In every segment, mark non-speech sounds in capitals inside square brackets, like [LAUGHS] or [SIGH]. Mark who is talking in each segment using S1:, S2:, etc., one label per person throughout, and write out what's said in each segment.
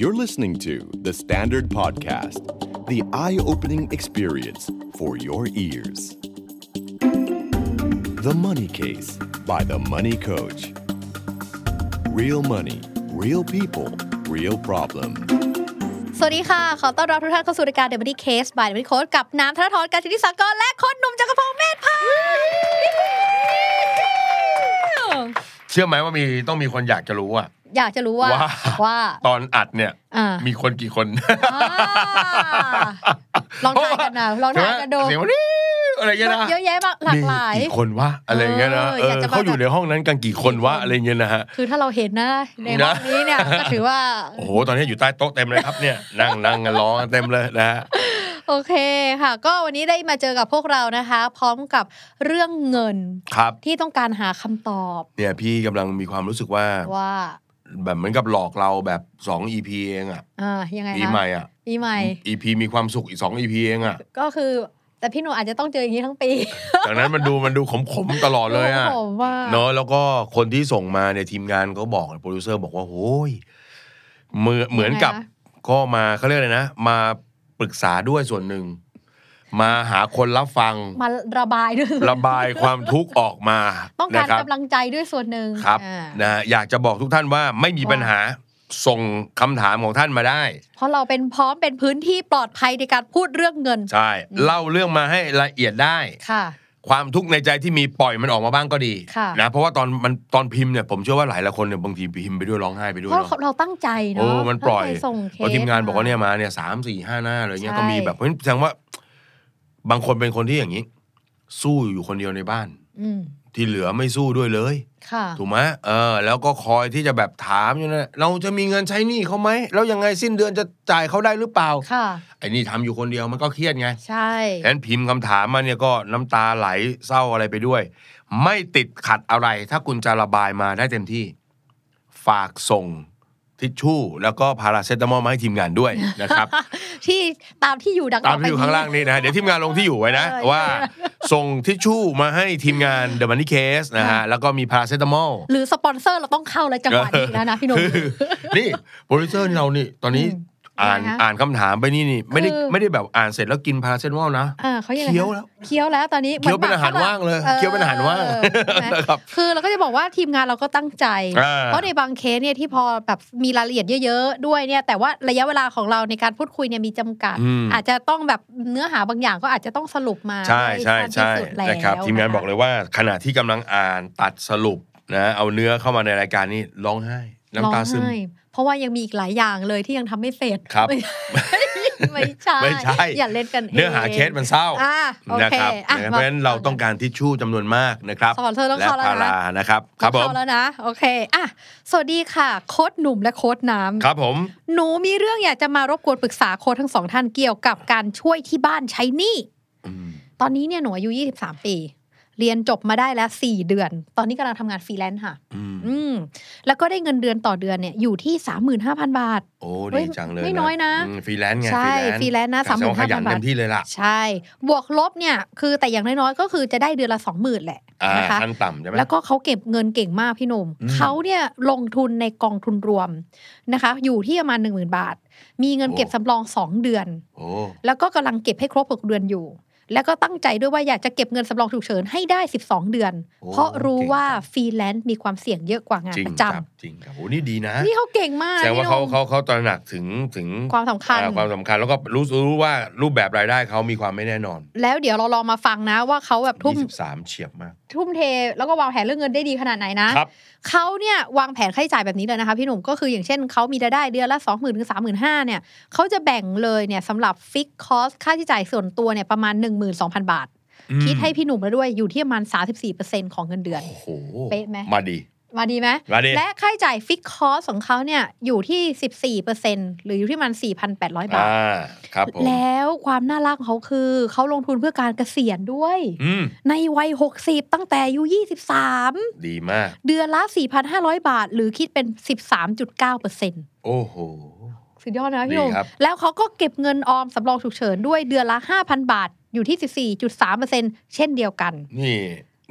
S1: You're listening to The Standard Podcast, the eye opening experience for your ears. The Money Case by The Money Coach. Real money, real people, real problem.
S2: สวัสดีค่ะ ขอต้อนรับทุกท่านเข้าสู่รายการ The Money Case by The Money Coach กับน้ำธนทรการชินิสากรและโคนหนุ่มจักรพงศ์เมธพันธ์
S3: เชื่อไหมว่ามีต้องมีคนอยากจะรู้อะ
S2: อยากจะรู้ว่า
S3: ว่า
S2: ว่า
S3: ตอนอัดเนี่ย
S2: อ่า
S3: มีคนกี่คน
S2: อ่าลองทายกันนะลองทายกันดู
S3: เสียงว่านี่อะไรเงี้ยนะ
S2: เยอะแยะมากหลากหลาย
S3: มีกี่คนวะอะไรเงี้ยนะ
S2: เออ
S3: เอ
S2: อยาก
S3: อ
S2: จะมา
S3: เขาอยู่ในห้องนั้นกันกี่คนวะอะไรเงี้ยนะฮะ
S2: คือถ้าเราเห็นนะในห้อง
S3: นะ
S2: นี้เนี่ยก็ถือว่า
S3: โอ้โหตอนนี้อยู่ใต้โต๊ะเต็มเลยครับเนี่ย นั่ง [LAUGHS] นั่งกันร้องกันเต็มเลยนะฮะ
S2: โอเคค่ะ ก็วันนี้ได้มาเจอกับพวกเรานะคะ พร้อมกับเรื่องเงิน
S3: ครับ
S2: ที่ต้องการหาคำตอบ
S3: เนี่ยพี่กำลังมีความรู้สึกว่า
S2: ว่า
S3: แบบเหมือนกับหลอกเราแบบ2 EP เองอ่ะ
S2: อ่ายังไง
S3: ปี
S2: คะ
S3: ใหม่อ่ะ
S2: ปีใหม่
S3: EP มีความสุขอีก2 EP เองอ่ะ
S2: ก็คือแต่พี่หนูอาจจะต้องเจออย่างนี้ทั้งปี
S3: จากนั้นมันดูมันดูขมๆตลอดเลยอ่ะ
S2: ผมว่า
S3: เนอะแล้วก็คนที่ส่งมาเนี่ยทีมงานก็บอกโปรดิวเซอร์บอกว่าโอ้ยเหมือนเหมือนกับ ก็มาเขาเรียกอะไรนะ มาปรึกษาด้วยส่วนหนึ่ง มาหาคนรับฟัง
S2: มาระบายด้วย
S3: ระบายความทุกข์ออกมา
S2: [LAUGHS] ต้อง
S3: นะ
S2: การ
S3: ครั
S2: กำลังใจด้วยส่วนหนึ่ง
S3: ครับ
S2: อ่า
S3: นะอยากจะบอกทุกท่านว่าไม่มีปัญหาส่งคำถามของท่านมาได้
S2: เพราะเราเป็นพร้อมเป็นพื้นที่ปลอดภัยในการพูดเรื่องเงิน
S3: ใช่
S2: อืม
S3: เล่าเรื่องมาให้ละเอียดได้
S2: ค่ะ
S3: ความทุกข์ในใจที่มีปล่อยมันออกมาบ้างก็ดี
S2: ค่ะ
S3: นะเพราะว่าตอนมันตอนพิมพ์เนี่ยผมเชื่อว่าหลายละคนเนี่ยบางทีพิมพ์ไปด้วยร้องไห้ไปด้วย
S2: เพราะ
S3: เนาะ
S2: เราตั้งใจ
S3: เอ
S2: เนาะ
S3: อมันปล่อย
S2: ตั้งใจส่งเค
S3: พอ
S2: ส
S3: ทีมงานบอกว่าเนี่ยมาเนี่ยสามสี่ห้าหน้าอะไรเงี้ย
S2: ใช่
S3: ก็มีแบบเพราะฉะนั้นแสดงว่า บางคนเป็นคนที่อย่างนี้ สู้อยู่คนเดียวในบ้าน
S2: อืม
S3: ที่เหลือไม่สู้ด้วยเลย
S2: ค่ะ
S3: ถูกไหมเออ แล้วก็คอยที่จะแบบถามอยู่นั่นแหละเราจะมีเงินใช้หนี้เขาไหมแล้วยังไงสิ้นเดือนจะจ่ายเขาได้หรือเปล่า
S2: ค่ะ
S3: ไอ้นี่ทำอยู่คนเดียวมันก็เครียดไง
S2: ใช่
S3: ฉะนั้นพิมพ์คำถามมาเนี่ยก็น้ำตาไหลเศร้าอะไรไปด้วย ไม่ติดขัดอะไร ถ้าคุณจะระบายมาได้เต็มที่ ฝากส่งทิชชู่ แล้วก็พาราเซตามอลมาให้ทีมงานด้วยนะครับ
S2: ที่ตามที่อยู่ดัง
S3: ตามที่อยู่ข้างล่างนี้นะ เดี๋ยวทีมงานลงที่อยู่ไว้นะ ว่าส่งทิชชู่มาให้ทีมงาน The Money Case นะฮะ แล้วก็มีพาราเซตามอล [LAUGHS]
S2: หรือสปอนเซอร์เราต้องเข้าเลยจังหวะนี้แล้วนะพี่หนุ่ม
S3: คือนี่โปรดิวเซอร์เรานี่ ตอนนี้
S2: อืม
S3: อ่าน
S2: อะไรนะ
S3: อ่านคำถามไปนี่นี่ ไม่ได้
S2: คือ
S3: ไม่ได้แบบอ่านเสร็จแล้วกินพาราเซตามอลนะ
S2: อ่าเขายังไง
S3: เคี้ยว
S2: นะ
S3: แล้ว
S2: เคี้ยวแล้วตอนนี้
S3: เคี้ยวเป็นอาหารว่างเลยเคี้ยวเป็นอาหารว่าง
S2: เอใช่ไหม
S3: นะครับ
S2: คือเราก็จะบอกว่าทีมงานเราก็ตั้งใจ
S3: อ่า
S2: เพราะในบางเคสเนี่ยที่พอแบบมีรายละเอียดเยอะ ๆ ด้วยเนี่ยแต่ว่าระยะเวลาของเราในการพูดคุยเนี่ยมีจำกัด
S3: อืม
S2: อาจจะต้องแบบเนื้อหาบางอย่างก็อาจจะต้องสรุปมา
S3: ใช่ใช่
S2: ห้
S3: ใช่
S2: สั้นที่สุดแล้ว
S3: นะครับทีมงานบอกเลยว่า ขณะที่กำลังอ่านตัดสรุปนะเอาเนื้อเข้ามาในรายการนี่ร้องไห้น้ำตาซึม
S2: ร้องไห้เพราะว่ายังมีอีกหลายอย่างเลยที่ยังทำไม่เสร็จ
S3: ครับ
S2: ไม่ไม่ใช่
S3: ไม่ใช่
S2: อย่าเล่นกันง
S3: เนื้อหาเคสมันเศร้า
S2: อ่าโอ
S3: นะ
S2: เค
S3: ครับ
S2: อ่ะ
S3: เพราะฉะนั้นเราต้องการทิชชู่จำนวนมากนะครับ
S2: สปอนเซอร์ต้อง
S3: และ
S2: เข้าแล้ว
S3: พา
S2: นะ
S3: รานะครับ ครับผม
S2: เข้าแล้วนะ โอเคอ่ะสวัสดีค่ะ โค้ดหนุ่มและโค้ดน้ำ
S3: ครับผม
S2: หนูมีเรื่องอยากจะมารบกวนปรึกษาโค้ดทั้งสองท่านเกี่ยวกับการช่วยที่บ้านใช้หนี้
S3: อืม
S2: ตอนนี้เนี่ยหนูอายุ 23 ปี เรียนจบมาได้แล้ว 4 เดือน ตอนนี้กำลังทำงานฟรีแลนซ์ค่ะ
S3: อืม
S2: อืม แล้วก็ได้เงินเดือนต่อเดือนเนี่ยอยู่ที่ 35,000 บาท
S3: โอ้
S2: เฮ้
S3: ดี
S2: ย
S3: จังเลย
S2: ไม่น้อยนะ
S3: มฟรีแลนซ์ไง
S2: ใช่ฟรีแลนซ์นะ
S3: แต่ต้องขยัน
S2: 35,000
S3: เต็มที่เลยล่ะ
S2: ใช่ บวกลบเนี่ยคือแต่อย่างน้อยๆก็คือจะได้เดือนละ 20,000แหละ
S3: อ่า
S2: นะคะ
S3: ขั้นต่ำใช่ไหม
S2: แล้วก็เขาเก็บเงินเก่งมากพี่หนุ่ม
S3: อืม
S2: เขาเนี่ยลงทุนในกองทุนรวมนะคะ อยู่ที่ประมาณ 1 0,000 บาท มีเงิน
S3: โอ้
S2: เก็บสำรอง 2 เดือน
S3: โอ้
S2: แล้วก็กำลังเก็บให้ครบ 6 เดือนอยู่ แล้วก็ตั้งใจด้วยว่าอยากจะเก็บเงินสำรองฉุกเฉินให้ได้ 12 เดือน
S3: โอ้
S2: เพราะรู้ว่า
S3: เก่ง
S2: ฟรีแลนซ์มีความเสี่ยงเยอะกว่างาน
S3: จริง
S2: ประ
S3: ค
S2: จำ
S3: รับจริงครับโอ้นี่ดีนะ
S2: นี่เขาเก่งมาก
S3: แสดงว่า
S2: พี่ห
S3: เขา
S2: นุ่ม
S3: เขาเขาตระหนักถึงถึง
S2: ความสำคัญ
S3: อ่าความสำคัญแล้วก็รู้รู้ว่ารูปแบบรายได้เขามีความไม่แน่นอน
S2: แล้วเดี๋ยวเราลองมาฟังนะว่าเขาแบบทุ่ม
S3: 23เฉียบมาก
S2: ทุ่มเท แล้วก็วางแผนเรื่องเงินได้ดีขนาดไหนนะ
S3: ครับ
S2: เขาเนี่ยวางแผนค่าใช้จ่ายแบบนี้เลยนะคะ พี่หนุ่มก็คืออย่างเช่นเขามีรายได้เดือนละ 2 0 0 0 0 ถึง 35,000เนี่ยเขาจะแบ่งเลยเนี่ยสำหรับฟิกคอสค่าใช้จ่ายส่วนตัวเนี่ยประมาณ 12,000 บาท
S3: อืม
S2: คิดให้พี่หนุ่มแล้วด้วยอยู่ที่ประมาณ 34%ของเงินเดือน
S3: โอ้โห
S2: เป๊ะไหม
S3: มาดี
S2: มาดีไหม
S3: มาดี
S2: และค่าใช้จ่ายฟิกคอสของเขาเนี่ยอยู่ที่ 14%หรืออยู่ที่ประมัน 4,800 บา
S3: อ่า
S2: ท
S3: ครับผม
S2: แล้วความน่ารักของเขาคือเขาลงทุนเพื่อการเกษียณด้วย
S3: อืม
S2: ในวัย 60 ตั้งแต่อายุ23
S3: ดีมาก
S2: เดือนละ 4,500 บาท หรือคิดเป็น 13.9%
S3: โอ้โห
S2: สุดยอดนะพี่หนุ่ม
S3: ดีครับ
S2: แล้วเขาก็เก็บเงินออมสำรองฉุกเฉินด้วยเดือนละ 5,000 บาท อยู่ที่ 14.3%เช่นเดียวกัน
S3: นี่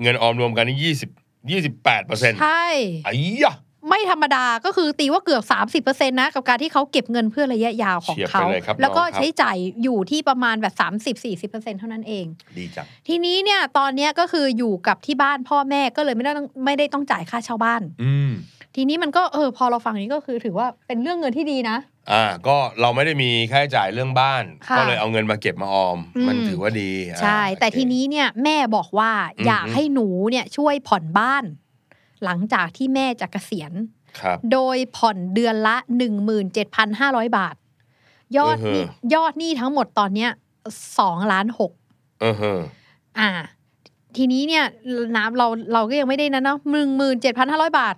S3: เงินออมรวมกันนี่ยี่สิบยี่สิบแปดเปอร์เซ็นต์
S2: ใช่
S3: ไอ้ยะ
S2: ไม่ธรรมดาก็คือตีว่าเกือบ 30%นะกับการที่เขาเก็บเงินเพื่อระยะยาวของ
S3: เฉียบ
S2: เขา
S3: ไปเลยครับ
S2: แล้วก็
S3: น้องครับ
S2: ใช้จ่ายอยู่ที่ประมาณแบบ 30-40%เท่านั้นเอง
S3: ดีจัง
S2: ทีนี้เนี่ยตอนเนี้ยก็คืออยู่กับที่บ้านพ่อแม่ก็เลยไม่ได้ต้องไม่ได้ต้องจ่ายค่าเช่าบ้าน
S3: อืม
S2: ทีนี้มันก็เออพอเราฟังนี้ก็คือถือว่าเป็นเรื่องเงินที่ดีนะ
S3: อ่า ก็เราไม่ได้มีค่าใช้จ่ายเรื่องบ้าน
S2: ค่ะ
S3: ก็เลยเอาเงินมาเก็บมาออม
S2: อืม
S3: มันถือว่าดีอ่า
S2: ใช่ แต่
S3: โอเค
S2: ทีนี้เนี่ยแม่บอกว่า
S3: อืม
S2: อยากให้หนูเนี่ยช่วยผ่อนบ้าน หลังจากที่แม่จะเกษียณ
S3: ครับ
S2: โดยผ่อนเดือนละ 17,500 บาท ยอดหนี้
S3: อือฮะ
S2: ยอดหนี้ทั้งหมดตอนเนี้ยสองล้านหก
S3: เออเฮอ
S2: อ่า ทีนี้เนี่ยน้ำเราเราก็ยังไม่ได้นั้นเนาะหนึ่งหมื่นเจ็ดพันห้าร้อยบาท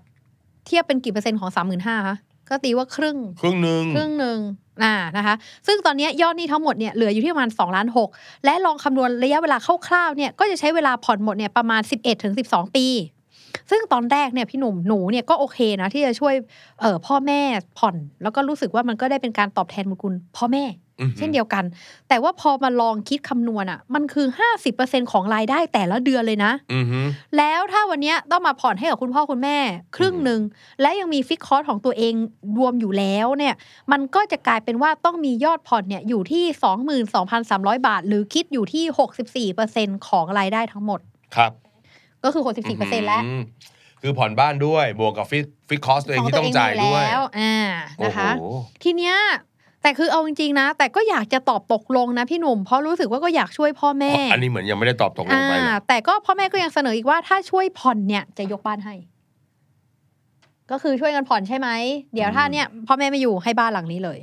S2: เทียบเป็นกี่เปอร์เซ็นต์ของสามหมื่นห้าคะก็ตีว่าครึ่ง
S3: ครึ่งหนึ่ง
S2: ครึ่งหนึ่งอ่านะคะ ซึ่งตอนเนี้ยยอดหนี้ทั้งหมดเนี่ยเหลืออยู่ที่ประมาณ2ล้าน6และลองคำนวณระยะเวลาคร่าวๆเนี่ยก็จะใช้เวลาผ่อนหมดเนี่ยประมาณ 11ถึง12 ปี ซึ่งตอนแรกเนี่ยพี่หนุ่มหนูเนี่ยก็โอเคนะที่จะช่วยเอ่อพ่อแม่ผ่อน แล้วก็รู้สึกว่ามันก็ได้เป็นการตอบแทนบุญคุณพ่อแม่
S3: อือฮึ
S2: เช่นเดียวกัน แต่ว่าพอมาลองคิดคำนวณอะ่ะมันคือ 50%ของรายได้แต่ละเดือนเลยนะ
S3: อือฮึ
S2: แล้วถ้าวันเนี้ยต้องมาผ่อนให้กับคุณพ่อคุณแม่ ครึ่งหนึ่ง และยังมีฟิกคอร์สของตัวเองรวมอยู่แล้วเนี่ย มันก็จะกลายเป็นว่าต้องมียอดผ่อนเนี่ยอยู่ที่ 22,300 บาท หรือคิดอยู่ที่ 64%ของรายได้ทั้งหมด
S3: ครับ
S2: ก็คือ
S3: อื้อหื
S2: 64%แล้ว
S3: คือผ่อนบ้านด้วย บวกกับฟิกฟิกคอสตัวเองที่ต้องจ่ายด้วย
S2: แล้วอ่านะคะ
S3: โอ้โห
S2: ทีเนี้ยแต่คือเอาจริงๆนะ แต่ก็อยากจะตอบตกลงนะพี่หนุ่มเพราะรู้สึกว่าก็อยากช่วยพ่อแม่
S3: อันนี้เหมือนยังไม่ได้ตอบตกลง
S2: อ่า
S3: ไปเลย
S2: แต่ก็พ่อแม่ก็ยังเสนออีกว่าถ้าช่วยผ่อนเนี่ยจะยกบ้านให้ ก็คือช่วยกันผ่อนใช่ไหมเดี๋ยวถ้าเนี่ยพ่อแม่ไม่อยู่ให้บ้านหลังนี้เลย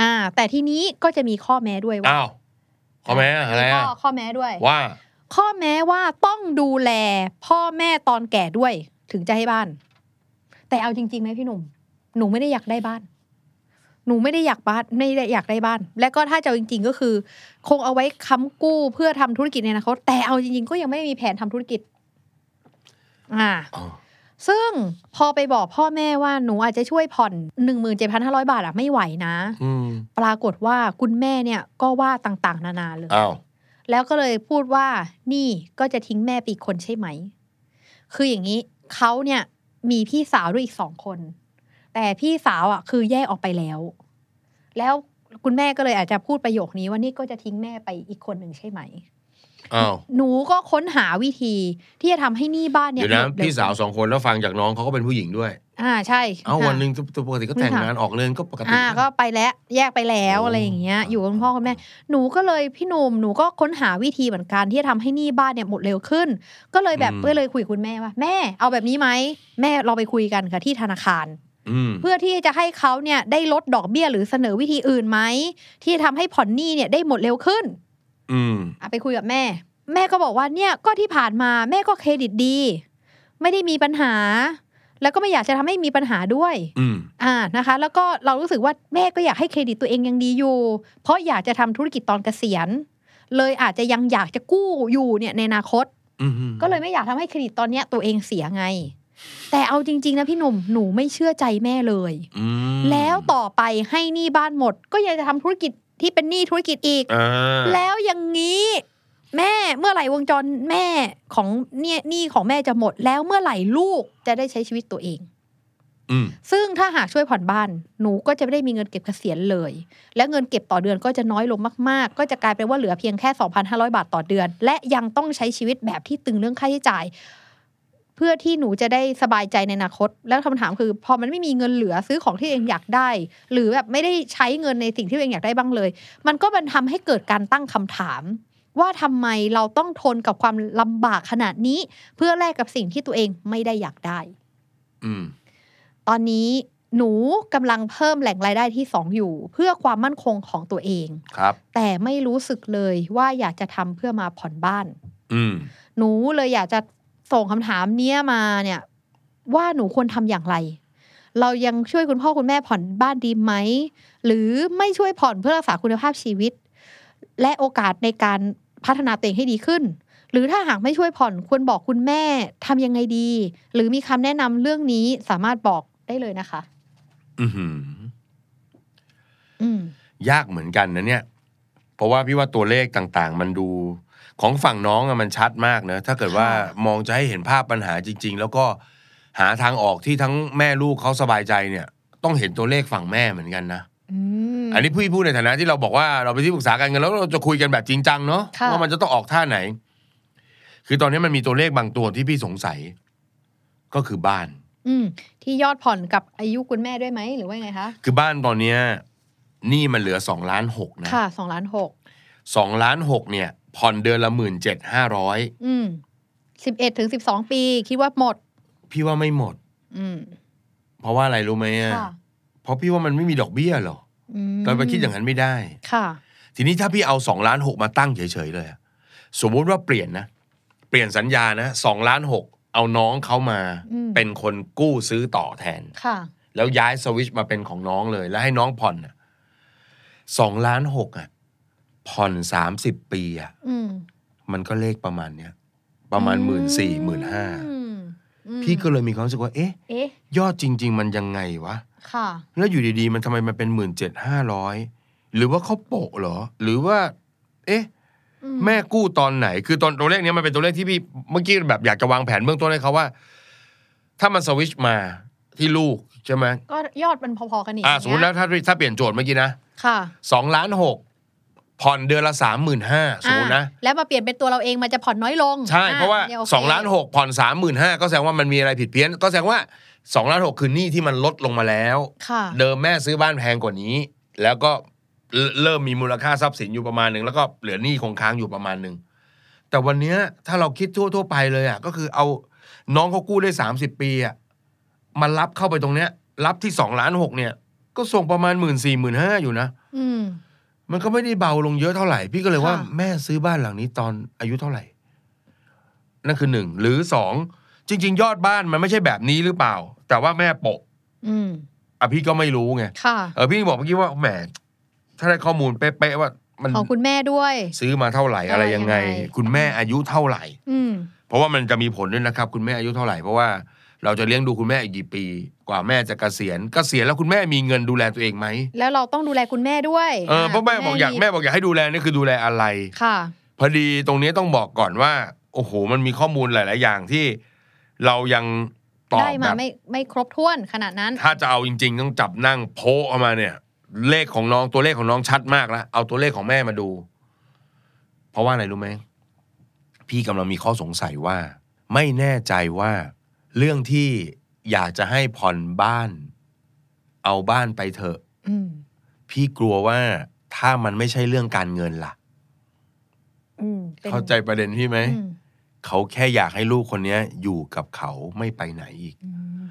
S2: อ่า แต่ทีนี้ก็จะมีข้อแม้ด้วยว่า
S3: อ้าวข้อแม้อะไร
S2: มีข้
S3: อ่ะ
S2: อข้อแม้ด้วย
S3: ว่า
S2: ข้อแม้ว่าต้องดูแลพ่อแม่ตอนแก่ด้วย ถึงจะให้บ้าน แต่เอาจริงๆไหมพี่หนุ่ม หนูไม่ได้อยากได้บ้าน หนูไม่ได้อยากบ้านไม่ได้อยากได้บ้าน และก็ถ้าจะเอาจริง ๆ ก็คือ คงเอาไว้ค้ำกู้เพื่อทำธุรกิจในอนาคตแต่เอาจริง ๆ ก็ยังไม่ได้มีแผนทำธุรกิจ อ่า ซึ่งพอไปบอกพ่อแม่ว่าหนูอาจจะช่วยผ่อน17,500 บาทอะไม่ไหวนะ
S3: อืม
S2: ปรากฏว่าคุณแม่เนี่ยก็ว่าต่างๆ นานาเลย
S3: อ้าว
S2: แล้วก็เลยพูดว่านี่ก็จะทิ้งแม่ไปอีกคนใช่ไหม คืออย่างนี้เขาเนี่ยมีพี่สาวด้วยอีกสองคน แต่พี่สาวอ่ะคือแยกออกไปแล้ว แล้วคุณแม่ก็เลยอาจจะพูดประโยคนี้ว่านี่ก็จะทิ้งแม่ไปอีกคนหนึ่งใช่ไหม
S3: อ้าว
S2: หนูก็ค้นหาวิธีที่จะทำให้หนี้บ้านเนี่ย
S3: เดี๋ยวนะ
S2: ลดลง
S3: พี่สาวสองคนแล้วฟังจากน้องเขาก็เป็นผู้หญิงด้วย
S2: อ่าใช่
S3: เอ้า
S2: ค่ะ
S3: วันหนึ่งตัวปกติก็แต่ง
S2: ไม่ค่ะ
S3: งานออกเรือนก็ปกติ
S2: อ่าก็ไปแล้วแยกไปแล้ว
S3: โ
S2: อะไรอย่างเงี้ยอยู่กับคุณพ่อคุณแม่ หนูก็เลยพี่หนุ่มหนูก็ค้นหาวิธีเหมือนกันที่จะทำให้หนี้บ้านเนี่ยหมดเร็วขึ้น ก็เลยแบบ
S3: อืม
S2: ก็เลยคุยกับคุณแม่ว่า แม่เอาแบบนี้ไหมแม่เราไปคุยกันค่ะที่ธนาคาร
S3: อืม
S2: เพื่อที่จะให้เขาเนี่ยได้ลดดอกเบี้ยหรือเสนอวิธีอื่นไหมที่จะทำให้ผ่อนหนี้เนี่ยได้หมดเร็วขึ้น
S3: อืม
S2: อะไปคุยกับแม่ แม่ก็บอกว่าเนี่ยก็ที่ผ่านมาแม่ก็เครดิตดี ไม่ได้มีปัญหา แล้วก็ไม่อยากจะทำให้มีปัญหาด้วย
S3: อืม
S2: อ่านะคะ แล้วก็เรารู้สึกว่าแม่ก็อยากให้เครดิตตัวเองยังดีอยู่ เพราะอยากจะทำธุรกิจตอนเกษียณ เลยอาจจะยังอยากจะกู้อยู่เนี่ยในอนาคต
S3: อืม
S2: ก็เลยไม่อยากทำให้เครดิตตอนเนี้ยตัวเองเสียไง แต่เอาจริง ๆ นะพี่หนุ่มหนูไม่เชื่อใจแม่เลย
S3: อืม
S2: แล้วต่อไปให้หนี้บ้านหมด ก็ยังจะทำธุรกิจที่เป็นหนี้ธุรกิจอีก
S3: อ่า
S2: แล้วอย่างนี้ แม่เมื่อไหร่วงจรแม่ของเนี่ยหนี้ของแม่จะหมด แล้วเมื่อไหร่ลูกจะได้ใช้ชีวิตตัวเอง
S3: อืม
S2: ซึ่งถ้าหากช่วยผ่อนบ้าน หนูก็จะไม่ได้มีเงินเก็บเกษียณเลย และเงินเก็บต่อเดือนก็จะน้อยลงมาก ๆ ก็จะกลายเป็นว่าเหลือเพียงแค่ 2,500 บาทต่อเดือน และยังต้องใช้ชีวิตแบบที่ตึงเรื่องค่าใช้จ่าย เพื่อที่หนูจะได้สบายใจในอนาคต แล้วคำถามคือ พอมันไม่มีเงินเหลือซื้อของที่ตัวเองอยากได้ หรือแบบไม่ได้ใช้เงินในสิ่งที่ตัวเองอยากได้บ้างเลย มันก็มันทำให้เกิดการตั้งคำถาม ว่าทำไมเราต้องทนกับความลำบากขนาดนี้ เพื่อแลกกับสิ่งที่ตัวเองไม่ได้อยากได้
S3: อืม
S2: ตอนนี้หนูกำลังเพิ่มแหล่งรายได้ที่ 2 อยู่ เพื่อความมั่นคงของตัวเอง
S3: ครับ
S2: แต่ไม่รู้สึกเลยว่าอยากจะทำเพื่อมาผ่อนบ้าน
S3: อืม
S2: หนูเลยอยากจะส่งคำถามเนี้ยมาเนี่ย ว่าหนูควรทำอย่างไร เรายังช่วยคุณพ่อคุณแม่ผ่อนบ้านดีไหม หรือไม่ช่วยผ่อนเพื่อรักษาคุณภาพชีวิต และโอกาสในการพัฒนาตัวเองให้ดีขึ้น หรือถ้าหากไม่ช่วยผ่อนควรบอกคุณแม่ทำยังไงดี หรือมีคำแนะนำเรื่องนี้สามารถบอกได้เลยนะคะ
S3: อือหือ
S2: อืม
S3: ยากเหมือนกันนะเนี่ย เพราะว่าพี่ว่าตัวเลขต่างๆ มันดูของฝั่งน้องอะมันชัดมากนะ ถ้าเกิดว่า
S2: ค่ะ
S3: มองจะให้เห็นภาพปัญหาจริง ๆ แล้วก็ หาทางออกที่ทั้งแม่ลูกเขาสบายใจเนี่ย ต้องเห็นตัวเลขฝั่งแม่เหมือนกันนะ
S2: อืม
S3: อันนี้พี่พูดในฐานะที่เราบอกว่าเราไปนที่ปรึกษาการเงินแล้วเราจะคุยกันแบบจริงจังเนาะ
S2: ค่ะ
S3: ว่ามันจะต้องออกท่าไหน คือตอนนี้มันมีตัวเลขบางตัวที่พี่สงสัย ก็คือบ้าน
S2: อืมที่ยอดผ่อนกับอายุคุณแม่ด้วยไหมหรือว่ายังไงคะ
S3: คือบ้านตอนเนี้ยหนี่มันเหลือสองล้านหกนะ
S2: ค่ะสองล้านหก
S3: สองล้านหกเนี่ย ผ่อนเดือนละหมื่นเจ็ดห้าร้อย
S2: อืมสิบเอ็ดถึงสิบสองปี คิดว่าหมด
S3: พี่ว่าไม่หมด
S2: อืม
S3: เพราะว่าอะไรรู้ไหมอะ
S2: ค่ะ
S3: เพราะพี่ว่ามันไม่มีดอกเบี้ยหรอก
S2: อืม
S3: เราไปคิดอย่างนั้นไม่ได้
S2: ค่ะ
S3: ทีนี้ถ้าพี่เอาสองล้านหกมาตั้งเฉยๆเลยอะสมมติว่าเปลี่ยนนะ เปลี่ยนสัญญานะสองล้านหกเอาน้องเขามา
S2: อืม
S3: เป็นคนกู้ซื้อต่อแทน
S2: ค่ะ
S3: แล้วย้ายสวิตชมาเป็นของน้องเลย แล้วให้น้องผ่อนสองล้านหกอ่ะผ่อนสามสิบปีอ่ะ
S2: อืม
S3: มันก็เลขประมาณเนี้ยประมาณหมื่นสี่หมื่นห้า
S2: อืมอืม
S3: พี่ก็เลยมีความรู้สึกว่า เอ๊ะ
S2: เอ๊ะ
S3: ยอดจริง ๆ มันยังไงวะ
S2: ค่ะ
S3: แล้วอยู่ดีๆ มันทำไมมันเป็นหมื่นเจ็ดห้าร้อยหรือว่าเขาโปะเหรอ หรือว่า เอ๊ะ
S2: อืม
S3: แม่กู้ตอนไหน คือตอนตัวเลขเนี้ยมันเป็นตัวเลขที่พี่เมื่อกี้แบบอยากจะวางแผนเบื้องต้นให้เขาว่า ถ้ามันสวิตชมาที่ลูกใช่ไหม
S2: ก็ยอดมันพอๆกันอีก
S3: อ่าสมมติแล้วถ้าถ้าเปลี่ยนโจทย์เมื่อกี้นะ
S2: ค่ะ
S3: สองล้านหกผ่อนเดือนละสามหมื่นห้าสมมตินะ
S2: อ่แล้วมาเปลี่ยนเป็นตัวเราเองมันจะผ่อนน้อยลง
S3: ใช่
S2: อ่
S3: เพราะว่า
S2: เนี่ยโเค
S3: สองล้านหกผ่อนสามหมื่นห้าก็แสดงว่ามันมีอะไรผิดเพี้ยน ก็แสดงว่าสองล้านหกคือหนี้ที่มันลดลงมาแล้ว
S2: ค่ะ
S3: เดิมแม่ซื้อบ้านแพงกว่านี้ แล้วก็เอ่อเริ่มมีมูลค่าทรัพย์สินอยู่ประมาณหนึ่งแล้วก็เหลือหนี้คงค้างอยู่ประมาณหนึ่งแต่วันเนี้ยถ้าเราคิดทั่วทั่วๆไปเลยอ่ะก็คือเอาน้องเขากู้ได้สามสิบปีอ่ะมารับเข้าไปตรงเนี้ย รับที่สองล้านหกเนี่ย ก็ส่งประมาณหมื่นสี่หมื่นห้าอยู่นะ
S2: อืม
S3: มันก็ไม่ได้เบาลงเยอะเท่าไหร่ พี่ก็เลยว่า
S2: ค่ะ
S3: แม่ซื้อบ้านหลังนี้ตอนอายุเท่าไหร่ นั่นคือหนึ่งหรือสองจริง ๆ ยอดบ้านมันไม่ใช่แบบนี้หรือเปล่า แต่ว่าแม่โปะ
S2: อืม
S3: อ่ะพี่ก็ไม่รู้ไง
S2: ค่ะ
S3: เออพี่บอกเมื่อกี้ว่าแหมถ้าได้ข้อมูลเป๊ะๆว่า มัน
S2: ของคุณแม่ด้วย
S3: ซื้อมาเท่าไหร่อะไรยังไง
S2: อะไรยังไง
S3: คุณแม่อายุเท่าไหร่
S2: อืม
S3: เพราะว่ามันจะมีผลด้วยนะครับ คุณแม่อายุเท่าไหร่เพราะว่าเราจะเลี้ยงดูคุณแม่อีกกี่ปี กว่าแม่จะเกษียณเกษียณแล้วคุณแม่มีเงินดูแลตัวเองไหม
S2: แล้วเราต้องดูแลคุณแม่ด้วย
S3: เออเพราะแม่บอกอยากแม่บอกอยากให้ดูแลนี่คือดูแลอะไร
S2: ค่ะ
S3: พอดีตรงนี้ต้องบอกก่อนว่า โอ้โหมันมีข้อมูลหลาย ๆ อย่างที่เรายังตอบ
S2: ได้
S3: แบ
S2: มา
S3: บ
S2: ไม่ไม่ครบถ้วนขนาดนั้น
S3: ถ้าจะเอาจริง ๆ ต้องจับนั่งโพะออกมาเนี่ย เลขของน้องตัวเลขของน้องชัดมากแล้วเอาตัวเลขของแม่มาดู เพราะว่าอะไรรู้ไหมพี่กำลังมีข้อสงสัยว่า ไม่แน่ใจว่า เรื่องที่อยากจะให้ผ่อนบ้าน เอาบ้านไปเถอะ
S2: อืม
S3: พี่กลัวว่าถ้ามันไม่ใช่เรื่องการเงินล่ะ
S2: อืมป็น
S3: เข้าใจประเด็นพี่ไหม
S2: อืม
S3: เขาแค่อยากให้ลูกคนเนี้ย อยู่กับเขาไม่ไปไหนอีก
S2: อืม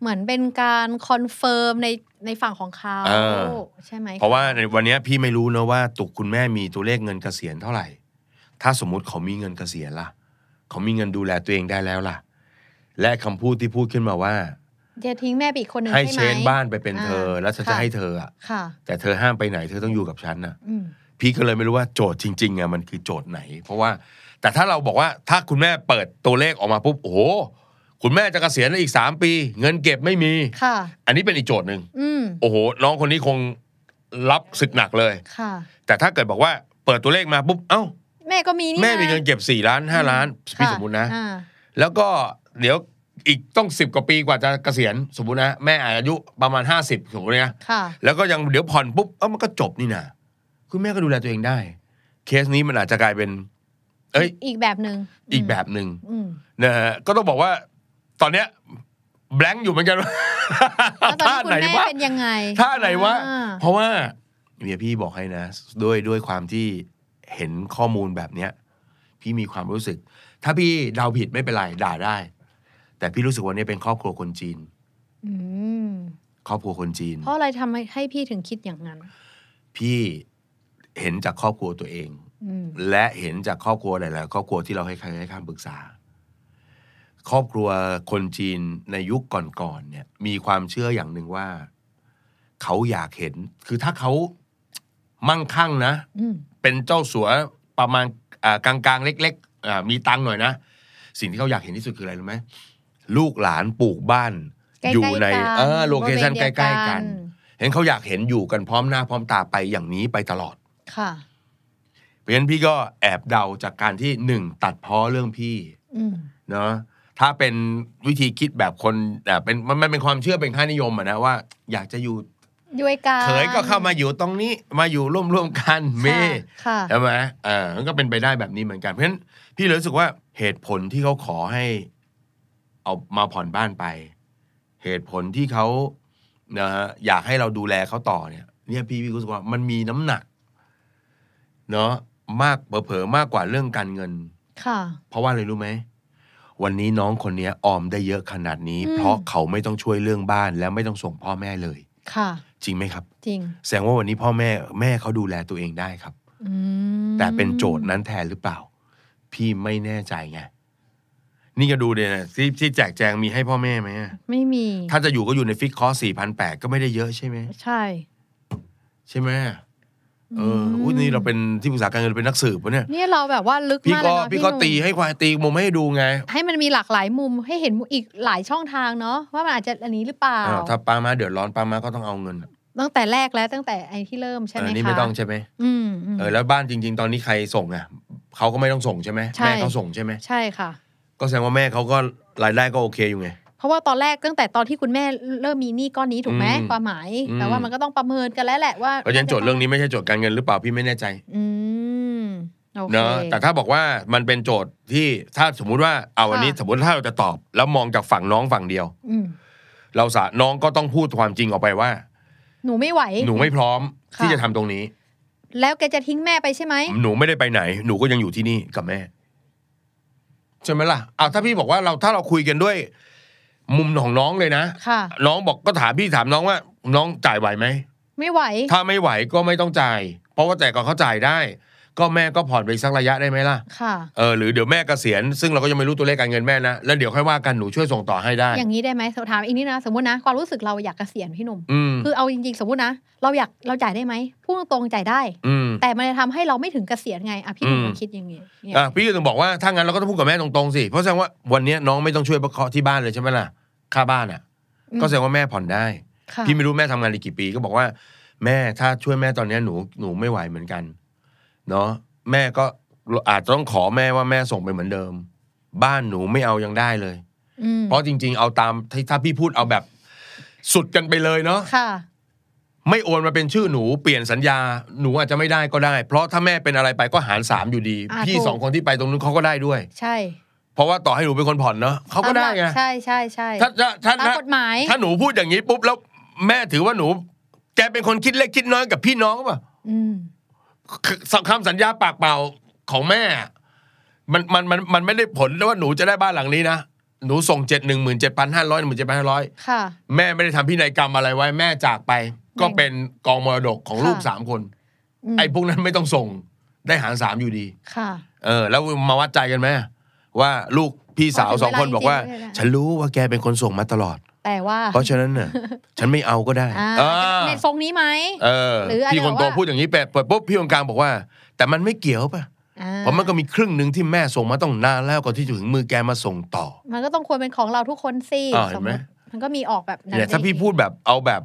S2: เหมือนเป็นการคอนเฟิร์มในในฝั่งของเขา
S3: เออ
S2: ใช่ไหมค
S3: เพราะว่าในวันเนี้ยพี่ไม่รู้นะว่าตุกคุณแม่มีตัวเลขเงินเกษียณเท่าไหร่ ถ้าสมมุติเขามีเงินเกษียณล่ะ เขามีเงินดูแลตัวเองได้แล้วล่ะ และคำพูดที่พูดขึ้นมาว่า
S2: จะทิ้งแม่ไปอีกคนหนึ่ง
S3: ให้
S2: ใช่ไหม
S3: เชนบ้านไปเป็นเธอ
S2: อ่า
S3: แล้วฉันจะ
S2: ค่ะ
S3: ให้เธออะ
S2: ค่ะ
S3: แต่เธอห้ามไปไหนเธอต้องอยู่กับฉันน่ะ
S2: อืม
S3: พี่ก็เลยไม่รู้ว่าโจทย์จริงๆอะมันคือโจทย์ไหน เพราะว่า แต่ถ้าเราบอกว่าถ้าคุณแม่เปิดตัวเลขออกมาปุ๊บโอ้โหคุณแม่จะเกษียณในอีกสามปี เงินเก็บไม่มี
S2: ค่ะ
S3: อันนี้เป็นอีกโจทย์หนึ่ง
S2: อืม
S3: โอ้โห น้องคนนี้คงรับศึกหนักเลย
S2: ค่ะ
S3: แต่ถ้าเกิดบอกว่าเปิดตัวเลขมาปุ๊บ เอ้า
S2: แม่ก็มีนี่
S3: แม่มีเงิน
S2: นะ
S3: เก็บ 4 ล้าน 5 ล้าน พี่
S2: ค่
S3: สมมตินะ
S2: อ่า
S3: แล้วก็เดี๋ยวอีกต้อง 10 กว่าปีกว่าจะเกษียณสมมตินะ แม่อายุประมาณ 50สมมตินะ
S2: ค่ะ
S3: แล้วก็ยังเดี๋ยวผ่อนปุ๊บ เอ้ามันก็จบนี่นะคุณแม่ก็ดูแลตัวเองได้ เคสนี้มันอาจจะกลายเป็น เอ้ย
S2: อีกแบบหนึ่ง
S3: อีกแบบหนึ่ง
S2: อืม
S3: นะฮะก็ต้องบอกว่า ตอนเนี้ยแบงค์อยู่เหมือนกัน [LAUGHS] ว่า
S2: แล้วตอน
S3: ท่า
S2: นี้คุณ
S3: ไหน
S2: แม่
S3: วะ
S2: เป็นยังไง
S3: ท่าไหนวะ
S2: อ่า
S3: เพราะว่าเมียพี่บอกให้นะ ด้วยด้วยความที่เห็นข้อมูลแบบเนี้ย พี่มีความรู้สึก ถ้าพี่เดาผิดไม่เป็นไรด่าได้ แต่พี่รู้สึกว่าเนี่ยเป็นครอบครัวคนจีน
S2: อืม
S3: ครอบครัวคนจีน
S2: เพราะอะไรทำให้พี่ถึงคิดอย่างนั้น
S3: พี่เห็นจากครอบครัวตัวเอง
S2: อืม
S3: และเห็นจากครอบครัวหลายๆครอบครัวที่เราให้ให้คำปรึกษา ครอบครัวคนจีนในยุคก่อนๆเนี่ย มีความเชื่ออย่างหนึ่งว่า เขาอยากเห็น คือถ้าเขามั่งคั่งนะ
S2: อืม
S3: เป็นเจ้าสัวประมาณอ่ากลางๆ เล็กๆอ่ามีตังค์หน่อยนะ สิ่งที่เขาอยากเห็นที่สุดคืออะไรรู้ไหมลูกหลานปลูกบ้าน
S2: ใกล้ๆ
S3: อยู่ใน
S2: กัน
S3: เออโลเคชัน
S2: บริเวณเดียว
S3: ใก
S2: กัน
S3: ล้ๆกัน เห็นเขาอยากเห็นอยู่กันพร้อมหน้าพร้อมตาไปอย่างนี้ไปตลอด
S2: ค่ะ
S3: เพราะฉะนั้นพี่ก็แอบเดาจากการที่หนึ่งตัดพ้อเรื่องพี่
S2: อืม
S3: เนาะท ถ้าเป็นวิธีคิดแบบคนอ่ะเป็นมันมันเป็นความเชื่อเป็นค่านิยมอะนะว่า อยากจะอยู่
S2: ด้วยกัน
S3: เขยก็เข้ามาอยู่ตรงนี้มาอยู่ร่วมร่วมๆกันเม
S2: ค่ะค่ะ
S3: ใช่ไหมเอ่ามันก็เป็นไปได้แบบนี้เหมือนกัน เพราะฉะนั้นพี่เลยรู้สึกว่าเหตุผลที่เขาขอให้ เอามาผ่อนบ้านไป เหตุผลที่เขานะฮะอยากให้เราดูแลเขาต่อเนี่ย เนี่ยพี่พี่รู้สึกว่ามันมีน้ำหนัก เนาะมากเผลอๆมากกว่าเรื่องการเงิน
S2: ค่ะ
S3: เพราะว่าอะไรรู้ไหม วันนี้น้องคนเนี้ยออมได้เยอะขนาดนี้
S2: อืม
S3: เพราะเขาไม่ต้องช่วยเรื่องบ้าน และไม่ต้องส่งพ่อแม่เลย
S2: ค่ะ
S3: จริงไหมครับ
S2: จริง
S3: แสดงว่าวันนี้พ่อแม่แม่เขาดูแลตัวเองได้ครับ
S2: อืม
S3: แต่เป็นโจทย์นั้นแทนหรือเปล่า พี่ไม่แน่ใจไง นี่ก็ดูเนี่ยนะที่ที่แจกแจงมีให้พ่อแม่ไหมอะ
S2: ไม่มี
S3: ถ้าจะอยู่ก็อยู่ในฟิกคอร์สี่พันแปดก็ไม่ได้เยอะใช่ไหม
S2: ใช่
S3: ใช่ไหมเอออุ้ยนี่เราเป็นที่ปรึกษาการเงินเป็นนักสืบปะเนี่ย
S2: เนี่ยเราแบบว่าลึก
S3: พี่
S2: มากเลย
S3: ก็
S2: เนาะ
S3: พี่ก็
S2: หนุ่ม
S3: ตีให้ควายตีมุมให้ดูไง
S2: ให้มันมีหลากหลายมุมให้เห็นอีกหลายช่องทางเนาะว่ามันอาจจะอันนี้หรือเปล่า
S3: อ้าวถ้าป้ามาเดือดร้อนป้ามาก็ต้องเอาเงิน
S2: ตั้งแต่แรกแล้วตั้งแต่ไอ้ที่เริ่มใช่ไหม
S3: เออ
S2: คะ
S3: นี่ไม่ต้องใช่ไหม
S2: อืมม
S3: เออแล้วบ้านจริง ๆ ตอนนี้ใครส่งอ่ะเขาก็ไม่ต้องส่งใช่ไหม
S2: ใช่
S3: แม่เขาส่งใช่ไหม
S2: ใช่ค่ะ
S3: ก็แสดงว่าแม่เขาก็รายได้ก็โอเคอยู่ไง
S2: เพราะว่าตอนแรกตั้งแต่ตอนที่คุณแม่เริ่มมีหนี้ก้อนนี้ถูกไหม
S3: อืม
S2: ความหมาย
S3: อืม
S2: แต่ว่ามันก็ต้องประเมินกันแล้วแหละว่า
S3: เพราะฉะนั้นโจทย์เรื่องนี้ไม่ใช่โจทย์การเงินหรือเปล่าพี่ไม่แน่ใจ
S2: อืมโอเค
S3: เนอะแต่ถ้าบอกว่ามันเป็นโจทย์ที่ถ้าสมมุติว่าเอาวันนี้
S2: ค่ะ
S3: สมมติถ้าเราจะตอบ แล้วมองจากฝั่งน้องฝั่งเดียว
S2: อืม
S3: เราสะน้องก็ต้องพูดความจริงออกไปว่า
S2: หนูไม่ไหว
S3: หนูไม่พร้อม
S2: ค่ะ
S3: ที่จะทำตรงนี้
S2: แล้วแกจะทิ้งแม่ไปใช่ไหม
S3: หนูไม่ได้ไปไหน หนูก็ยังอยู่ที่นี่กับแม่ใช่ไหมล่ะเอาถ้าพี่บอกว่าเราถ้าเราคุยกันด้วย มุมของน้องเลยนะ
S2: ค่ะ
S3: น้องบอกก็ถามพี่ถามน้องว่า น้องจ่ายไหวไหม
S2: ไม่ไหว
S3: ถ้าไม่ไหวก็ไม่ต้องจ่าย เพราะว่าแต่ก่อนเขาจ่ายได้ ก็แม่ก็ผ่อนไปสักระยะได้ไหมล่ะ
S2: ค่ะ
S3: เออหรือเดี๋ยวแม่เกษียณซึ่งเราก็ยังไม่รู้ตัวเลขการเงินแม่นะแล้วเดี๋ยวค่อยว่ากันหนูช่วยส่งต่อให้ได้
S2: อย่างนี้ได้ไหมสมมติถามอีกนิดนะสมมตินะความรู้สึกเราอยากเกษียณพี่หนุ่ม
S3: อืม
S2: คือเอาจริงๆ สมมตินะ เราอยากเราจ่ายได้ไหมพูดตรงๆจ่ายได้
S3: อืม
S2: แต่มันจะทำให้เราไม่ถึงเกษียณไงอ่ะพี่หนุ่ม
S3: อืม
S2: มาคิดอย่างนี้เนี่ย
S3: อ่ะพี่ก็ถึงบอกว่าถ้างั้นเราก็ต้องพูดกับแม่ตรงๆสิเพราะแสดงว่าวันเนี้ยน้องไม่ต้องช่วยประเคาะที่บ้านเลยใช่ไหมล่ะค่าบ้านอ่ะ
S2: อืม
S3: ก็แสดงว่าแม่ผ่อนได้
S2: ค่ะ
S3: พี่ไม่รู้แม่ทำงานอีกกี่ปีก็บอกว่า แม่ถ้าช่วยแม่ตอนเนี้ยหนูหนูไม่ไหวเหมือนกันเนาะแม่ก็อาจจะต้องขอแม่ว่าแม่ส่งไปเหมือนเดิม บ้านหนูไม่เอายังได้เลย
S2: อืม
S3: เพราะจริง ๆ เอาตามที่ถ้าพี่พูดเอาแบบสุดกันไปเลยเนาะ
S2: ค่ะ
S3: ไม่โอนมาเป็นชื่อหนูเปลี่ยนสัญญาหนูอาจจะไม่ได้ก็ได้ เพราะถ้าแม่เป็นอะไรไปก็หารสามอยู่ดี
S2: อ่า
S3: พี่
S2: ถูก
S3: สองคนที่ไปตรงนู้นเขาก็ได้ด้วย
S2: ใช่
S3: เพราะว่าต่อให้หนูเป็นคนผ่อนเนาะเขาก็ได้ไง
S2: ใช่ใช่ใช่
S3: ถ้าถ้าถ้า
S2: ตาม
S3: ถ้าก
S2: ฎหมาย
S3: ถ้าหนูพูดอย่างนี้ปุ๊บแล้วแม่ถือว่าหนูแกเป็นคนคิดเล็กคิดน้อยกับพี่น้องหรือเปล่ะ
S2: อืม
S3: คำสัญญาปากเปล่าของแม่ มันมันมันมันไม่ได้ผลว่าหนูจะได้บ้านหลังนี้นะหนูส่งเจ็ดหนึ่งหมื่นเจ็ดพันห้าร้อยหมื่นเจ็ดพันห้าร้อย
S2: ค่ะ
S3: แม่ไม่ได้ทำพินัยกรรมอะไรไว้ แม่จากไป ก็เป็นกองมรดกของ
S2: ค่ะ
S3: ลูกสามคน
S2: ม
S3: ไอ้พวกนั้นไม่ต้องส่งได้หารสามอยู่ดี
S2: ค่ะ
S3: เออ แล้วมาวัดใจกันไหมว่าลูกพี่สาว
S2: พอถึง
S3: สองคนบอกว่า
S2: เวลาจริงๆแล้วเนี่ย
S3: ฉันรู้ว่าแกเป็นคนส่งมาตลอด
S2: แต่ว่า
S3: เพราะฉะนั้น
S2: [LAUGHS]
S3: น่ะ ฉันไม่เอาก็ได้
S2: อ่า
S3: เออ
S2: ในทรงนี้ไหม
S3: เออ
S2: หรืออาจจะ
S3: พี่คน
S2: แบบ
S3: โต
S2: ว่า
S3: พูดอย่างนี้แปดเปิดปุ๊บพี่คนกลางบอกว่า แต่มันไม่เกี่ยวป่ะ
S2: อ่
S3: เพราะมันก็มีครึ่งหนึ่งที่แม่ส่งมาต้องนานแล้วกว่อนที่จะถึงมือแกมาส่งต่อ
S2: มันก็ต้องควรเป็นของเราทุกคนสิ
S3: อ่าเห็
S2: ส
S3: น
S2: ม
S3: ไห
S2: ม
S3: ม
S2: ติมันก็มีออกแบบนั้น
S3: เนี่ยถ้าพี่พูดแบบเอาแบบ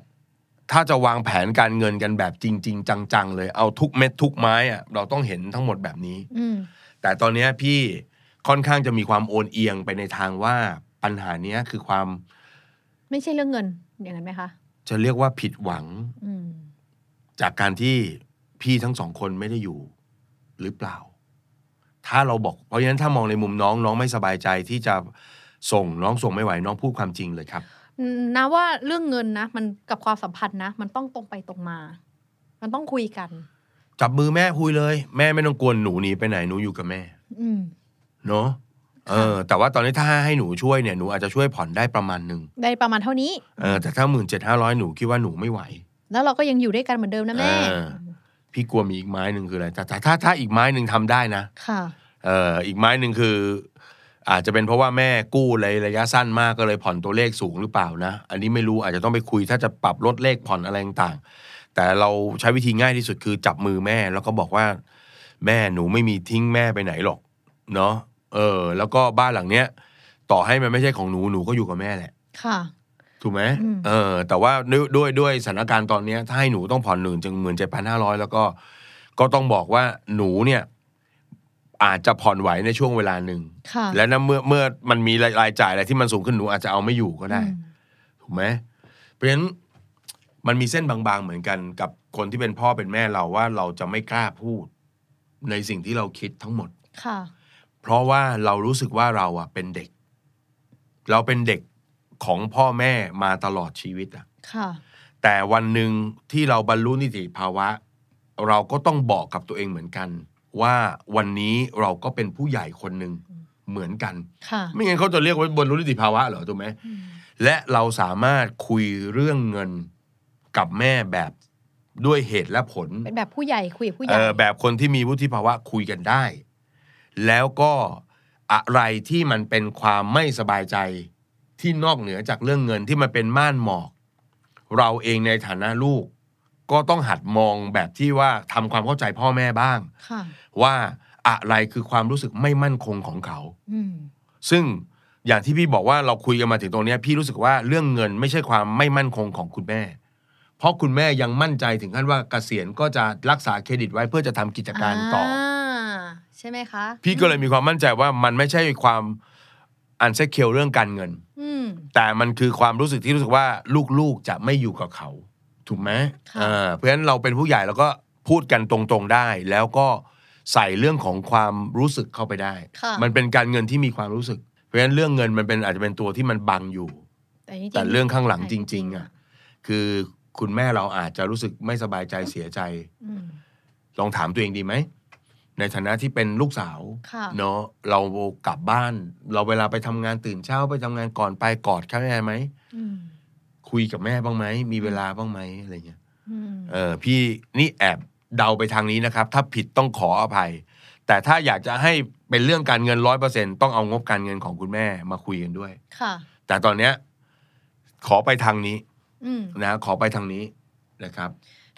S3: ถ้าจะวางแผนการเงินกันแบบจริง ๆ จัง ๆ เลยเอาทุกเม็ดทุกไม้อะเราต้องเห็นทั้งหมดแบบนี้
S2: อืม
S3: แต่ตอนเนี้ยพี่ค่อนข้างจะมีความโอนเอียงไปในทางว่าปัญหาเนี้ยคือความ
S2: ไม่ใช่เรื่องเงินอย่างนั้นไหมคะ
S3: จะเรียกว่าผิดหวัง
S2: อืม
S3: จากการที่พี่ทั้งสองคนไม่ได้อยู่หรือเปล่า ถ้าเราบอกเพราะฉะนั้นถ้ามองในมุมน้องน้องไม่สบายใจที่จะส่งน้องส่งไม่ไหวน้องพูดความจริงเลยครับ
S2: อืมนะว่าเรื่องเงินนะ มันกับความสัมพันธ์นะ มันต้องตรงไปตรงมา มันต้องคุยกัน
S3: จับมือแม่คุยเลย แม่ไม่ต้องกวนหนูหนีไปไหนหนูอยู่กับแม่
S2: อืม
S3: เนาะเออ แต่ว่าตอนนี้ถ้าให้หนูช่วยเนี่ยหนูอาจจะช่วยผ่อนได้ประมาณหนึ่ง
S2: ได้ประมาณเท่านี้
S3: เออแต่ถ้าหมื่นเจ็ดห้าร้อยหนูคิดว่าหนูไม่ไหว
S2: แล้วเราก็ยังอยู่ด้วยกันเหมือนเดิมนะแม่
S3: เออ พี่กลัวมีอีกไม้หนึ่งคืออะไรแต่แต่ถ้าถ้าอีกไม้หนึ่งทำได้นะ
S2: ค่ะ
S3: เอออีกไม้หนึ่งคือ อาจจะเป็นเพราะว่าแม่กู้เลยระยะสั้นมากก็เลยผ่อนตัวเลขสูงหรือเปล่านะ อันนี้ไม่รู้อาจจะต้องไปคุย ถ้าจะปรับลดเลขผ่อนอะไรต่างๆแต่เราใช้วิธีง่ายที่สุดคือจับมือแม่ แล้วก็บอกว่า แม่หนูไม่มีทิ้งแม่ไปไหนหรอก เนาะเออ แล้วก็บ้านหลังเนี้ย ต่อให้มันไม่ใช่ของหนูหนูก็อยู่กับแม่แหละ
S2: ค่ะ
S3: ถูกไหม
S2: อืม
S3: เออ แต่ว่าด้วยด้วยด้วยสถานการณ์ตอนเนี้ยถ้าให้หนูต้องผ่อนหนึ่งจึงหมื่นเจ็ดพันห้าร้อยแล้วก็ ก็ต้องบอกว่าหนูเนี่ย อาจจะผ่อนไหวในช่วงเวลาหนึ่ง
S2: ค่ะ
S3: และนะเมื่อเมื่อมันมีรายรายจ่ายอะไรที่มันสูงขึ้นหนูอาจจะเอาไม่อยู่ก็ได้
S2: อืม
S3: ถูกไหมเพราะฉะนั้นมันมีเส้นบางๆเหมือนกันกับคนที่เป็นพ่อเป็นแม่เราว่าเราจะไม่กล้าพูด ในสิ่งที่เราคิดทั้งหมด
S2: ค่ะ
S3: เพราะว่าเรารู้สึกว่าเราอะเป็นเด็ก เราเป็นเด็กของพ่อแม่มาตลอดชีวิตอะ
S2: ค่ะ
S3: แต่วันหนึ่งที่เราบรรลุนิติภาวะ เราก็ต้องบอกกับตัวเองเหมือนกัน ว่าวันนี้เราก็เป็นผู้ใหญ่คนหนึ่งเหมือนกัน
S2: ค่ะ
S3: ไม่งั้นเขาจะเรียกว่าบรรลุนิติภาวะเหรอถูกไหม
S2: อืม
S3: และเราสามารถคุยเรื่องเงินกับแม่แบบด้วยเหตุและผล
S2: เป็นแบบผู้ใหญ่คุยกับผู้ให
S3: เอ
S2: ญ่
S3: อแบบคนที่มีวุฒิภาวะคุยกันได้ แล้วก็อะไรที่มันเป็นความไม่สบายใจที่นอกเหนือจากเรื่องเงินที่มันเป็นม่านหมอก เราเองในฐานะลูก ก็ต้องหัดมองแบบที่ว่าทำความเข้าใจพ่อแม่บ้าง
S2: ค่ะ
S3: ว่าอะไรคือความรู้สึกไม่มั่นคงของเขา
S2: อืม
S3: ซึ่งอย่างที่พี่บอกว่าเราคุยกันมาถึงตรงเนี้ยพี่รู้สึกว่าเรื่องเงินไม่ใช่ความไม่มั่นคงของคุณแม่ เพราะคุณแม่ยังมั่นใจถึงขั้นว่าเกษียณก็จะรักษาเครดิตไว้เพื่อจะทำกิจการต่ออ
S2: อใช่ไหมคะ
S3: พี่ก็เลยมีความมั่นใจว่ามันไม่ใช่ความอันเซเคียวเรื่องการเงิน
S2: อืม
S3: แต่มันคือความรู้สึกที่รู้สึกว่าลูกๆจะไม่อยู่กับเขา ถูกไหม
S2: ค่ะ
S3: เออเพราะฉะนั้นเราเป็นผู้ใหญ่เราก็พูดกันตรงๆได้ แล้วก็ใส่เรื่องของความรู้สึกเข้าไปได้
S2: ค่ะ
S3: มันเป็นการเงินที่มีความรู้สึก เพราะฉะนั้นเรื่องเงินมันเป็นอาจจะเป็นตัวที่มันบังอยู่
S2: จๆ
S3: แต่เรื่องข้างหลังจริง
S2: ๆ
S3: ๆอ่ะคือคุณแม่เราอาจจะรู้สึกไม่สบายใจเสียใจ
S2: อืม
S3: ลองถามตัวเองดีไหม ในฐานะที่เป็นลูกสาว
S2: ค่ะ
S3: เนาะเรากลับบ้าน เราเวลาไปทำงานตื่นเช้าไปทำงานก่อนไปกอดข้าแม่ไหม
S2: อืม
S3: คุยกับแม่บ้างไหม มีเวลาบ้างไหมอะไรเงี้ย
S2: อืม
S3: เออพี่นี่แอบเดาไปทางนี้นะครับ ถ้าผิดต้องขออภัย แต่ถ้าอยากจะให้เป็นเรื่องการเงินร้อยเปอร์เซ็นต้องเอางบการเงินของคุณแม่มาคุยกันด้วย
S2: ค่ะ
S3: แต่ตอนเนี้ยขอไปทางนี้
S2: อืม
S3: นะ ขอไปทางนี้นะครับ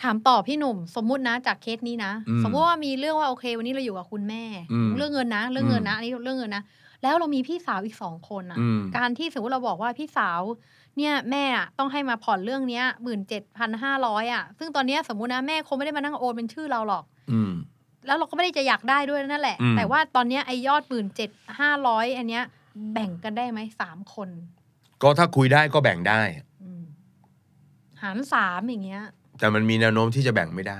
S2: ถามต่อพี่หนุ่ม สมมุตินะจากเคสนี้นะ
S3: อืม
S2: สมมติว่ามีเรื่องว่าโอเค วันนี้เราอยู่กับคุณแม่
S3: อืม
S2: เรื่องเงินนะ เรื่องเงินนะอันนี้เรื่องเงินนะแล้วเรามีพี่สาวอีกสองคนอ่ะ
S3: อืม
S2: การที่สมมติเราบอกว่าพี่สาว เนี่ยแม่อะต้องให้มาผ่อนเรื่องเนี้ยหมื่นเจ็ดพันห้าร้อยอ่ะ ซึ่งตอนเนี้ยสมมตินะแม่คงไม่ได้มานั่งโอนเป็นชื่อเราหรอก
S3: อืม
S2: แล้วเราก็ไม่ได้จะอยากได้ด้วยนั่นแหละ
S3: อืม
S2: แต่ว่าตอนเนี้ยไอ้ยอดหมื่นเจ็ดห้าร้อยอันเนี้ย แบ่งกันได้ไหมสามคน
S3: ก็ถ้าคุยได้ก็แบ่งได้
S2: อืมหารสามอย่างเงี้ย
S3: แต่มันมีแนวโน้มที่จะแบ่งไม่ได้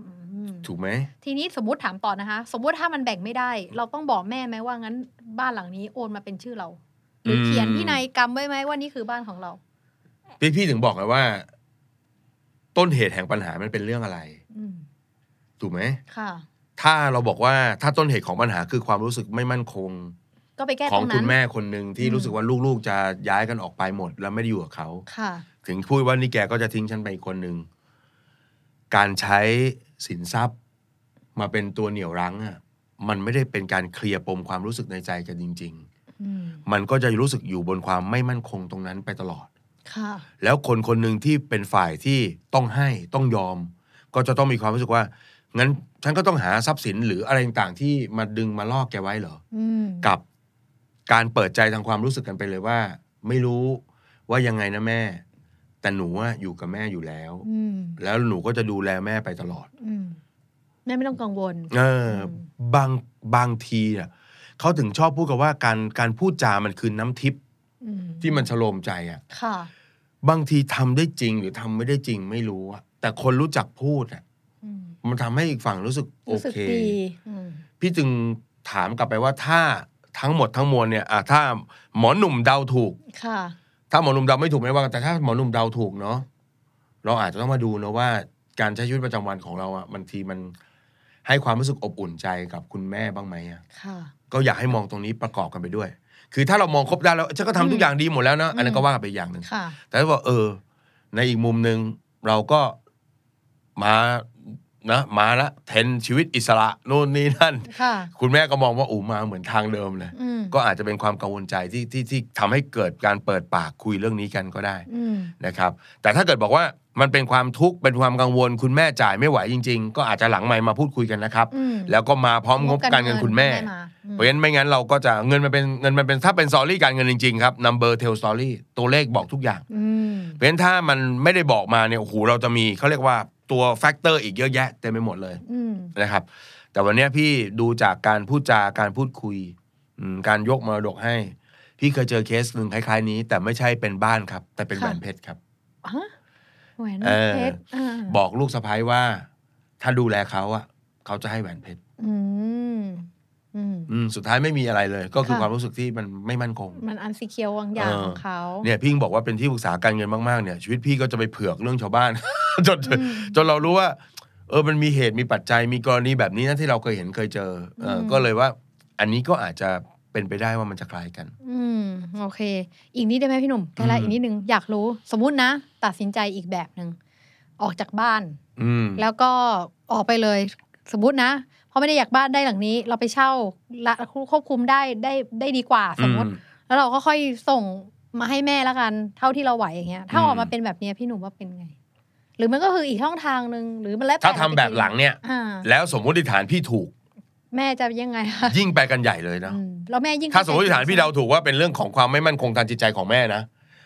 S2: อืม
S3: ถูกไหม
S2: ทีนี้สมมติถามต่อนะคะ สมมติถ้ามันแบ่งไม่ได้ เราต้องบอกแม่ไหมว่างั้นบ้านหลังนี้โอนมาเป็นชื่อเราหรืออ
S3: ม
S2: เขียนพินัยกรรมไว้ไหมว่านี่คือบ้านของเรา
S3: พี่พี่ถึงบอกไงว่า ต้นเหตุแห่งปัญหามันเป็นเรื่องอะไร
S2: อืม
S3: ถูกไหม
S2: ค่ะ
S3: ถ้าเราบอกว่าถ้าต้นเหตุของปัญหาคือความรู้สึกไม่มั่นคง
S2: ก็ไปแก้
S3: ข
S2: ต
S3: อ
S2: รง ง
S3: คุ
S2: นั้
S3: ณ
S2: น
S3: แม่คนหนึ่งที่
S2: อืม
S3: รู้สึกว่าลูกๆจะย้ายกันออกไปหมด แล้วไม่ได้อยู่กับเขา
S2: ค่ะ
S3: ถึงพูดว่านี่แกก็จะทิ้งฉันไปอีกคนหนึ่งการใช้สินทรัพย์ มาเป็นตัวเหนี่ยวรั้งอ่ะมันไม่ได้เป็นการเคลียร์ปมความรู้สึกในใจกันจริง
S2: อืม
S3: ๆ มันก็จะรู้สึกอยู่บนความไม่มั่นคงตรงนั้นไปตลอด
S2: ค่ะ
S3: แล้วคนคนหนึ่งที่เป็นฝ่ายที่ต้องให้ต้องยอม ก็จะต้องมีความรู้สึกว่า งั้นฉันก็ต้องหาทรัพย์สินหรืออะไรต่างๆที่มาดึงมาลอกแกไว้เหรอ
S2: อืม
S3: กับการเปิดใจทางความรู้สึกกันไปเลยว่า ไม่รู้ว่ายังไงนะแม่ แต่หนูอะอยู่กับแม่อยู่แล้ว
S2: อืม
S3: แล้วหนูก็จะดูแลแม่ไปตลอด
S2: อืมแม่ไม่ต้องกังวล
S3: เอออ
S2: ม
S3: บางบางทีเนี่ยเขาถึงชอบพูดกันว่าการการพูดจามันคือน้ำทิพย์
S2: อืม
S3: ที่มันฉโลมใจอะ
S2: ค่ะ
S3: บางทีทำได้จริงหรือทำไม่ได้จริงไม่รู้อะแต่คนรู้จักพูดอะ
S2: อืม
S3: มันทำให้อีกฝั่งรู้สึกโอ
S2: รู้สึก
S3: เค
S2: ดีอืม
S3: พี่จึงถามกลับไปว่าถ้าทั้งหมดทั้งมวลเนี่ยอ่ะถ้าหมอหนุ่มเดาถูก
S2: ค่ะ
S3: ถ้าหมอหนุ่มเดาไม่ถูกไม่ว่ากันแต่ถ้าหมอหนุ่มเดาถูกเนาะเราอาจจะต้องมาดูนะว่า การใช้ชีวิตประจำวันของเราอะบางทีมันให้ความรู้สึกอบอุ่นใจกับคุณแม่บ้างไหมอะ
S2: ค่ะ
S3: ก็อยากให้มองตรงนี้ประกอบกันไปด้วย คือถ้าเรามองครบด้านแล้วฉันก็ทำทุกอย่างดีหมดแล้วนะอันนั้นก็ว่ากันไปอย่างหนึ่ง
S2: ค่ะ
S3: แต่ถ้าบอกเออ ในอีกมุมหนึ่งเราก็มานะมาละเทนชีวิตอิสระนู่นนี่นั่น
S2: ค่ะ
S3: คุณแม่ก็มองว่าอูมาเหมือนทางเดิมเลย
S2: อืม
S3: ก็อาจจะเป็นความกังวลใจที่ที่ที่ทำให้เกิดการเปิดปากคุยเรื่องนี้กันก็ได้
S2: อืม
S3: นะครับ แต่ถ้าเกิดบอกว่ามันเป็นความทุกข์เป็นความกังวล คุณแม่จ่ายไม่ไหวจริง ๆ ก็อาจจะหลังไมค์มาพูดคุยกันนะครับ
S2: อืม
S3: แล้วก็มาพร้อมงบการเงินคุณแม่
S2: ได้าอืม
S3: เพราะฉะนั้นไม่งั้นเราก็จะเงินมันเป็นเงินมันเป็นถ้าเป็นสอรี่การเงินจริงๆครับ number tell story ตัวเลขบอกทุกอย่าง
S2: อืม
S3: เพราะฉะนั้นถ้ามันไม่ได้บอกมาเนี่ยโอ้โหเราจะมีเขาเรียกว่าตัวแฟกเตอร์อีกเยอะแยะเต็มไปหมดเลย
S2: อืม
S3: นะครับ แต่วันเนี้ยพี่ดูจากการพูดจาการพูดคุยอืมการยกมรดกให้ พี่เคยเจอเคสหนึ่งคล้ายๆนี้ แต่ไม่ใช่เป็นบ้านครับ แต่เป็นแหวนเพชรครับ
S2: ฮะแหวน
S3: เออ
S2: เพชรอ่า
S3: บอกลูกสะพ้ายว่า ถ้าดูแลเขาอะเขาจะให้แหวนเพชร
S2: อืมอืม
S3: อืมสุดท้ายไม่มีอะไรเลย ก็คือ
S2: ค่ะ
S3: ความรู้สึกที่มันไม่มั่นคง
S2: มันอันซีเคียวบางอย่าง
S3: เออ
S2: ของเขา
S3: เนี่ยพี่ยิ่งบอกว่าเป็นที่ปรึกษาการเงินมากๆเนี่ยชีวิตพี่ก็จะไปเผือกเรื่องชาวบ้าน [LAUGHS] จน
S2: อืม
S3: จนเรารู้ว่า เออมันมีเหตุมีปัจจัยมีกรณีแบบนี้นะที่เราเคยเห็นเคยเจอเอออ
S2: ม
S3: ก็เลยว่า อันนี้ก็อาจจะเป็นไปได้ว่ามันจะคล้ายกัน
S2: อืมโอเค อีกนิดได้ไหมพี่หนุ่มใกล้ละ
S3: อืม
S2: อีกนิดนึงอยากรู้ สมมุตินะ ตัดสินใจอีกแบบหนึ่งออกจากบ้าน
S3: อืม
S2: แล้วก็ออกไปเลย สมมตินะเพราะไม่ได้อยากบ้านได้หลังนี้ เราไปเช่าละควบคุมได้ได้ได้ดีกว่าสมมติ
S3: อื
S2: แล้วเราก็ค่อยส่งมาให้แม่ละกัน เท่าที่เราไหวอย่างเงี้ย ถ้า
S3: อืม
S2: ออกมาเป็นแบบเนี้ยพี่หนุ่มว่าเป็นไง หรือมันก็คืออีกช่องทางหนึ่งหรือมันแล้วแต่
S3: ถ้าทำแบบหลังเนี่ย
S2: อ่า
S3: แล้วสมมติฐานพี่ถู
S2: [LAUGHS]
S3: ก
S2: แม่จะยังไงคะ
S3: ยิ่งไปกันใหญ่เลยนะ
S2: อืมแล้วแม่ยิ่ง
S3: ถ้าสมมติฐานพี่เดาถูกว่าเป็นเรื่องของความไม่มั่นคงทางจิตใจของแม่นะ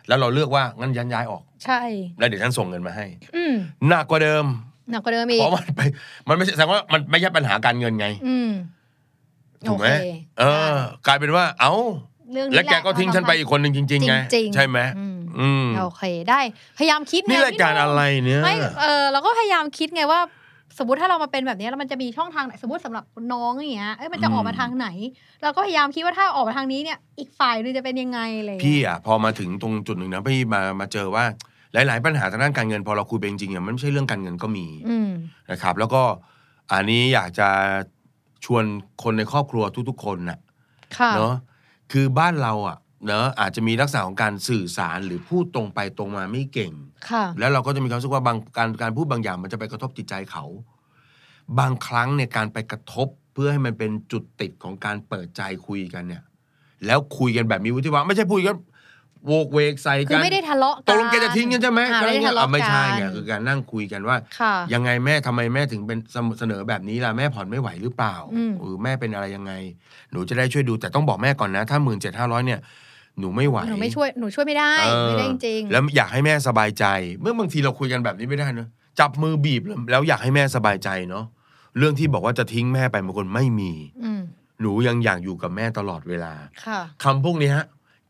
S3: แล้วเราเลือกว่างั้นยันย้ายออก
S2: ใช่
S3: แล้วเดี๋ยวฉันส่งเงินมาให้
S2: อืม
S3: หนักกว่าเดิม
S2: หนักกว่าเดิมอีก
S3: เพราะมันไปมันไม่ใช่แสดงว่ามันไม่ใช่ปัญหาการเงินไง
S2: อืม
S3: ถูกไหม
S2: โอเค
S3: เออ กลายเป็นว่า เอ้า
S2: เรื่องนี้
S3: แล้วแกก็ทิ้งฉันไปอีกคนหนึ่งจริงๆไง
S2: จริงๆ
S3: ใช่ไหม
S2: อืม
S3: อืม
S2: โอเคได้ พยายามคิด
S3: นี่
S2: ไง
S3: รายการอะไรเนี่ย
S2: ไม่เออเราก็พยายามคิดไงว่า สมมติถ้าเรามาเป็นแบบนี้แล้วมันจะมีช่องทางไหนสมมติสำหรับน้องอย่างเงี้ยเอ้ยมันจะ
S3: อืม
S2: ออกมาทางไหน เราก็พยายามคิดว่าถ้าออกมาทางนี้เนี่ย อีกฝ่ายหนึงจะเป็นยังไงอะไรอย่าง
S3: พี่
S2: เงี้ย
S3: อ่ะพอมาถึงตรงจุดหนึ่งนะพี่มามาเจอว่าหลาย ๆ ปัญหาทางด้านการเงินพอเราคุยไปจริงๆอ่ะมันไม่ใช่เรื่องการเงินก็มี
S2: อืม
S3: นะครับ แล้วก็อันนี้อยากจะชวนคนในครอบครัวทุก ๆ คนน่ะ
S2: ค่ะ
S3: เนาะคือบ้านเราอ่ะเนาะอาจจะมีลักษณะของการสื่อสารหรือพูดตรงไปตรงมาไม่เก่ง
S2: ค่ะ
S3: แล้วเราก็จะมีความรู้สึกว่าบางการการพูดบางอย่างมันจะไปกระทบจิตใจเขา บางครั้งในยการไปกระทบเพื่อให้มันเป็นจุดติดของการเปิดใจคุยกันเนี่ย แล้วคุยกันแบบมีวุฒิภาวะไม่ใช่พูดกันโวกเวกใส่
S2: คือ
S3: กัน
S2: ไม่ได้ทะเลาะกัน
S3: ตกลงแกจะทิ้งกันใช่ไหม
S2: อ่าไม่ได้ทะ
S3: อ่
S2: เลาะกัน
S3: ไม่ใช่ไงคือการนั่งคุยกันว่า
S2: ค่ะ
S3: ยังไงแม่ทำไมแม่ถึงเป็นเสมอเสนอแบบนี้ล่ะแม่ผ่อนไม่ไหวหรือเปล่า
S2: อืม
S3: เออแม่เป็นอะไรยังไง หนูจะได้ช่วยดูแต่ต้องบอกแม่ก่อนนะถ้าหมื่นเจ็ดห้าร้อยเนี่ยหนูไม่ไหว
S2: หนูไม่ช่วยหนูช่วยไม่ได้
S3: เออ
S2: ไม่ได้จริงๆ
S3: แล้วอยากให้แม่สบายใจ เมื่อบางทีเราคุยกันแบบนี้ไม่ได้เนอะจับมือบีบแล้วอยากให้แม่สบายใจเนาะเรื่องที่บอกว่าจะทิ้งแม่ไปบางคนไม่มี
S2: อืม
S3: หนูยังอยากอยู่กับแม่ตลอดเวลา
S2: ค่ะ
S3: คำพวกนี้ฮะ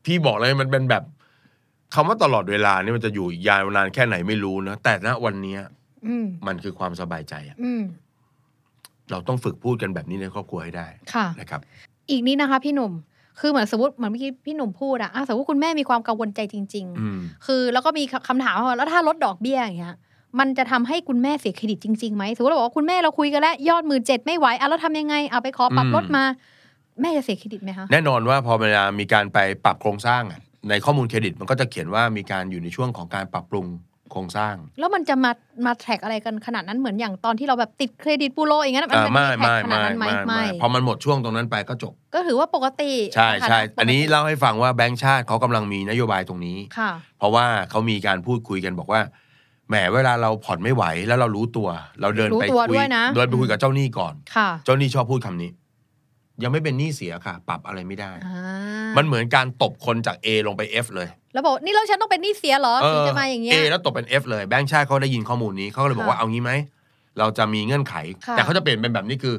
S3: พี่บอกเลยมันเป็นแบบคำว่าตลอดเวลานี่มันจะอยู่ยาวนานแค่ไหนไม่รู้นะแต่ณวันเนี้ย
S2: อืม
S3: มันคือความสบายใจอะ
S2: อืม
S3: เราต้องฝึกพูดกันแบบนี้ในครอบครัวให้ได้
S2: ค่ะ
S3: นะครับ
S2: อีกนี้นะคะพี่หนุ่ม คือเหมือนสมมติเหมือนเมื่อกี้พี่หนุ่มพูดอะอ่ะสมมติคุณแม่มีความกังวลใจจริง
S3: อืม
S2: ๆ คือแล้วก็มีคำถามว่าแล้วถ้าลดดอกเบี้ยอย่างเงี้ย มันจะทำให้คุณแม่เสียเครดิตจริงๆไหมสมมติเราบอกว่าคุณแม่เราคุยกันแล้วยอดหมื่นเจ็ดไม่ไหวอ่ะแล้วทำยังไงเอาไปขอปรับลดมา แม่จะเสียเครดิตไหมคะ
S3: แน่นอนว่าพอเวลามีการไปปรับโครงสร้างอะในข้อมูลเครดิตมันก็จะเขียนว่ามีการอยู่ในช่วงของการปรับปรุงโครงสร้าง
S2: แล้วมันจะมามาแท็กอะไรกันขนาดนั้นเหมือนอย่างตอนที่เราแบบติดเครดิตบูโรอย่างเงี้ยนะ
S3: อ่านไม่
S2: แท็
S3: ไม่
S2: กขนาด
S3: ไม่
S2: นั้นไหม
S3: ไม่
S2: ไม่
S3: ไม่พอมันหมดช่วงตรงนั้นไปก็จบ
S2: ก็ถือว่าปกติ
S3: ใช่ใช่
S2: ะคะ
S3: อันนี้เล่าให้ฟังว่าแบงก์ชาติเขากำลังมีนโยบายตรงนี้
S2: ค่ะ
S3: เพราะว่าเขามีการพูดคุยกันบอกว่าแหมเวลาเราผ่อนไม่ไหวแล้วเรารู้ตัว เราเดิน
S2: รู้
S3: ไป
S2: ตัว
S3: คุ
S2: ด้วยนะ
S3: เดินไปคุยกับเจ้าหนี้ก่อน
S2: ค่ะ
S3: เจ้าหนี้ชอบพูดคำนี้ ยังไม่เป็นหนี้เสียค่ะ ปรับอะไรไม่ได้
S2: อ่า
S3: มันเหมือนการตบคนจาก A ลงไป F เลย
S2: แล้วบอกนี่แล้วฉันต้องเป็นหนี้เสียเหรอถึงจะมาอย่างเงี้ย
S3: เอแล้วตกเป็น F เลยแบงค์ชาติเขาได้ยินข้อมูลนี้เขาก็เลยบอกว่า
S2: ค่ะ
S3: เอางี้ไหม เราจะมีเงื่อนไข
S2: ค่ะ
S3: แต่เขาจะเปลี่ยนเป็นแบบนี้คือ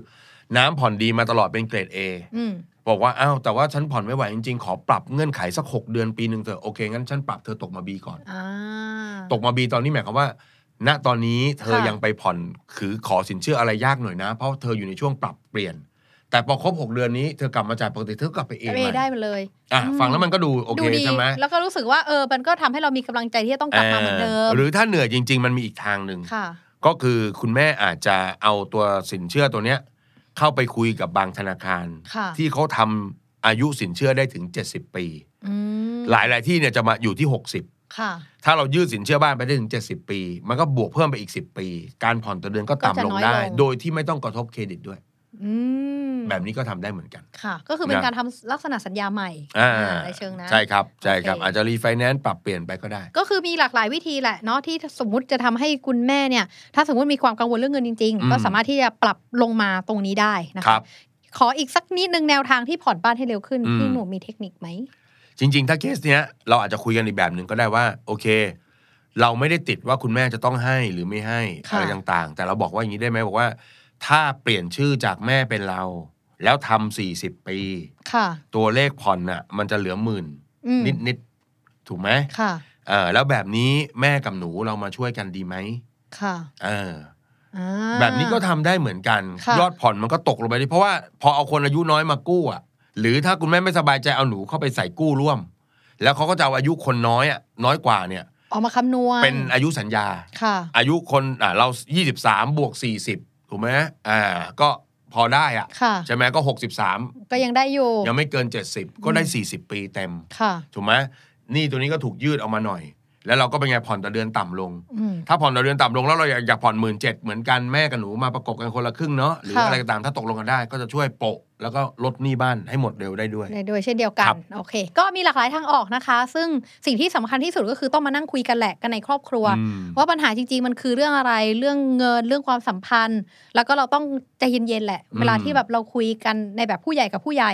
S3: น้ำผ่อนดีมาตลอดเป็นเกรด A
S2: อืม
S3: บอกว่าอ้าวแต่ว่าฉันผ่อนไม่ไหวจริงๆ ขอปรับเงื่อนไขสัก 6 เดือนปีหนึ่งเถอะโอเค งั้นฉันปรับเธอตกมา B ก่อน
S2: อ่า
S3: ตกมา B ตอนนี้หมายความว่า ณตอนนี้เธอ
S2: ค่ะ
S3: ยังไปผ่อนคือขอสินเชื่ออะไรยากหน่อยนะ เพราะเธออยู่ในช่วงปรับเปลี่ยน แต่พอครบ6เดือนนี้เธอกลับมาจ่ายปกติเธอก็กลับไปเอง
S2: เอได้มาเลย
S3: อ่ะ
S2: อื
S3: ฟังแล้วมันก็ดูโอเค
S2: ดูดี
S3: ใช่ไหม
S2: แล้วก็รู้สึกว่าเออมันก็ทำให้เรามีกำลังใจที่จะต้องกลับมาเหมือนเดิม
S3: หรือถ้าเหนื่อยจริง ๆ มันมีอีกทางหนึ่ง
S2: ค่ะ
S3: ก็คือคุณแม่อาจจะเอาตัวสินเชื่อตัวเนี้ย เข้าไปคุยกับบางธนาคาร
S2: ค่ะ
S3: ที่เขาทำอายุสินเชื่อได้ถึง 70 ปี
S2: อืม
S3: หลายหลายๆที่เนี่ยจะมาอยู่ที่
S2: ค่ะ
S3: 60 ถ้าเรายืดสินเชื่อบ้านไปได้ถึง 70 ปี มันก็บวกเพิ่มไปอีก 10 ปี การผ่อนต่อเดือนก็
S2: ก็จะ
S3: ต่ำลง
S2: น้อยล
S3: ได้
S2: ง
S3: โดยที่ไม่ต้องกระทบเครดิตด้วย
S2: อืม
S3: แบบนี้ก็ทำได้เหมือนกัน
S2: ค่ะ ก็คือเป็น
S3: นะ
S2: การทำลักษณะสัญญาใหม่
S3: อ่า
S2: อ่าในเชิงนั้น
S3: ใช่ครับใช่ครับ
S2: โอเค
S3: อาจจะรีไฟแนนซ์ปรับเปลี่ยนไปก็ได้
S2: ก็คือมีหลากหลายวิธีแหละเนาะที่สมมติจะทำให้คุณแม่เนี่ย ถ้าสมมติมีความกังวลเรื่องเงินจริง
S3: อืม
S2: ๆ ก็สามารถที่จะปรับลงมาตรงนี้ได้นะ
S3: ครั
S2: คะ
S3: บ
S2: ขออีกสักนิดนึงแนวทางที่ผ่อนบ้านให้เร็วขึ้น
S3: อืม
S2: พี่หนูมีเทคนิคไหม
S3: จริง ๆ ถ้าเคสเนี้ยเราอาจจะคุยกันอีกแบบหนึ่งก็ได้ว่า โอเค เราไม่ได้ติดว่าคุณแม่จะต้องให้หรือไม่ให้อะไรต่างๆ แต่เราบอกว่าอย่างนี้ได้ไหมบอกว่า ถ้าเปลี่ยนชื่อจากแม่เป็นเรา แล้วทำสี่สิบปี
S2: ค่ะ
S3: ตัวเลขผ่อนน่ะ มันจะเหลือหมื่น
S2: อืม
S3: นิดนิดๆถูกไหม
S2: ค่ะ
S3: เออแล้วแบบนี้แม่กับหนูเรามาช่วยกันดีไหม
S2: ค่ะ
S3: เออ
S2: อ่า
S3: แบบนี้ก็ทำได้เหมือนกัน
S2: ค่ะ
S3: ยอดผ่อนมันก็ตกลงไปดิเพราะว่าพอเอาคนอายุน้อยมากู้อ่ะ หรือถ้าคุณแม่ไม่สบายใจเอาหนูเข้าไปใส่กู้ร่วม แล้วเขาก็จะเอาอายุคนน้อยอ่ะน้อยกว่าเนี่ย
S2: ออกมาคำนวณ
S3: เป็นอายุสัญญา
S2: ค่ะ
S3: อายุคนอ่ะเรา 23 บวก 40 ถูกไหมอ่า ก็พอได้อ่ะ
S2: ค่ะ
S3: ใช่ไหมก็ 63
S2: ก็ยังได้อยู่
S3: ยังไม่เกิน 70 ก็ได้ 40 ปีเต็ม
S2: ค่ะ
S3: ถูกไหมหนี่ตัวนี้ก็ถูกยืดออกมาหน่อย แล้วเราก็เป็นไงผ่อนต่อเดือนต่ำลง
S2: อืม
S3: ถ้าผ่อนต่อเดือนต่ำลงแล้วเราอยากอยากผ่อนหมื่นเจ็ดเหมือนกันแม่กับหนูมาประกบกันคนละครึ่งเนาะหรือ
S2: ค่ะ
S3: อะไรก็ตามถ้าตกลงกันได้ ก็จะช่วยโปะแล้วก็ลดหนี้บ้านให้หมดเร็วได้ด้วย
S2: ได้ด้วยเช่นเดียวกั
S3: ครั
S2: น
S3: บ
S2: โอเค ก็มีหลากหลายทางออกนะคะ ซึ่งสิ่งที่สำคัญที่สุดก็คือต้องมานั่งคุยกันแหละกันในครอบครัว
S3: อืม
S2: ว่าปัญหาจริงๆ มันคือเรื่องอะไรเรื่องเงินเรื่องความสัมพันธ์ แล้วก็เราต้องใจเย็นๆแหละ
S3: อืม
S2: เวลาที่แบบเราคุยกันในแบบผู้ใหญ่กับผู้ใหญ่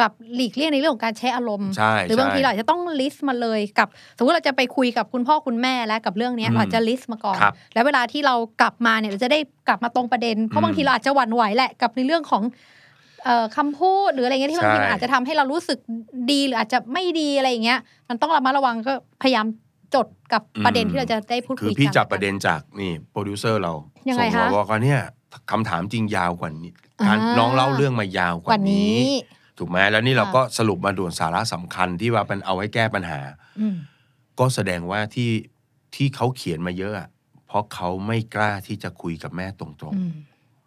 S2: แบบหลีกเลี่ยงในเรื่องของการใช้อารมณ์
S3: ใช่
S2: หรือบางทีเรา
S3: ใช่
S2: อาจจะต้องลิสต์มาเลยกับ สมมติเราจะไปคุยกับคุณพ่อคุณแม่และกับเรื่องเนี้ย
S3: อืม
S2: เราอาจจะลิสต์มาก่อน
S3: ครับ
S2: แล้วเวลาที่เรากลับมาเนี่ยเราจะได้กลับมาตรงประเด็น เพราะบางทีเราอาจจะหวั่นไหวแหละกับในเรื่องของเอ่อคำพูดหรืออะไรเงี้ยที่บางที
S3: ใช่
S2: มันอาจจะทำให้เรารู้สึกดีหรืออาจจะไม่ดีอะไรอย่างเงี้ย มันต้องระมัดระวังก็พยายามจดกับประเด็นที่เราจะได้พูด
S3: คื
S2: คุ
S3: อย
S2: กัน
S3: พี่จับประเด็นจากนี่โปรดิวเซอร์เราย
S2: งไง
S3: ส่ง
S2: คะ
S3: มาบอกว่าเนี่ยคำถามจริงยาวกว่านี้การ
S2: อ่า
S3: น้องเล่าเรื่องมายาวก
S2: กว่า
S3: ว่า
S2: นี้
S3: นี้ ถูกไหมแล้วนี่เราก็สรุปมาด่วนสาระสำคัญที่ว่าเป็นเอาไว้แก้ปัญหา
S2: อืม
S3: ก็แสดงว่าที่ที่เขาเขียนมาเยอะอะเพราะเขาไม่กล้าที่จะคุยกับแม่ตรงๆ
S2: อืม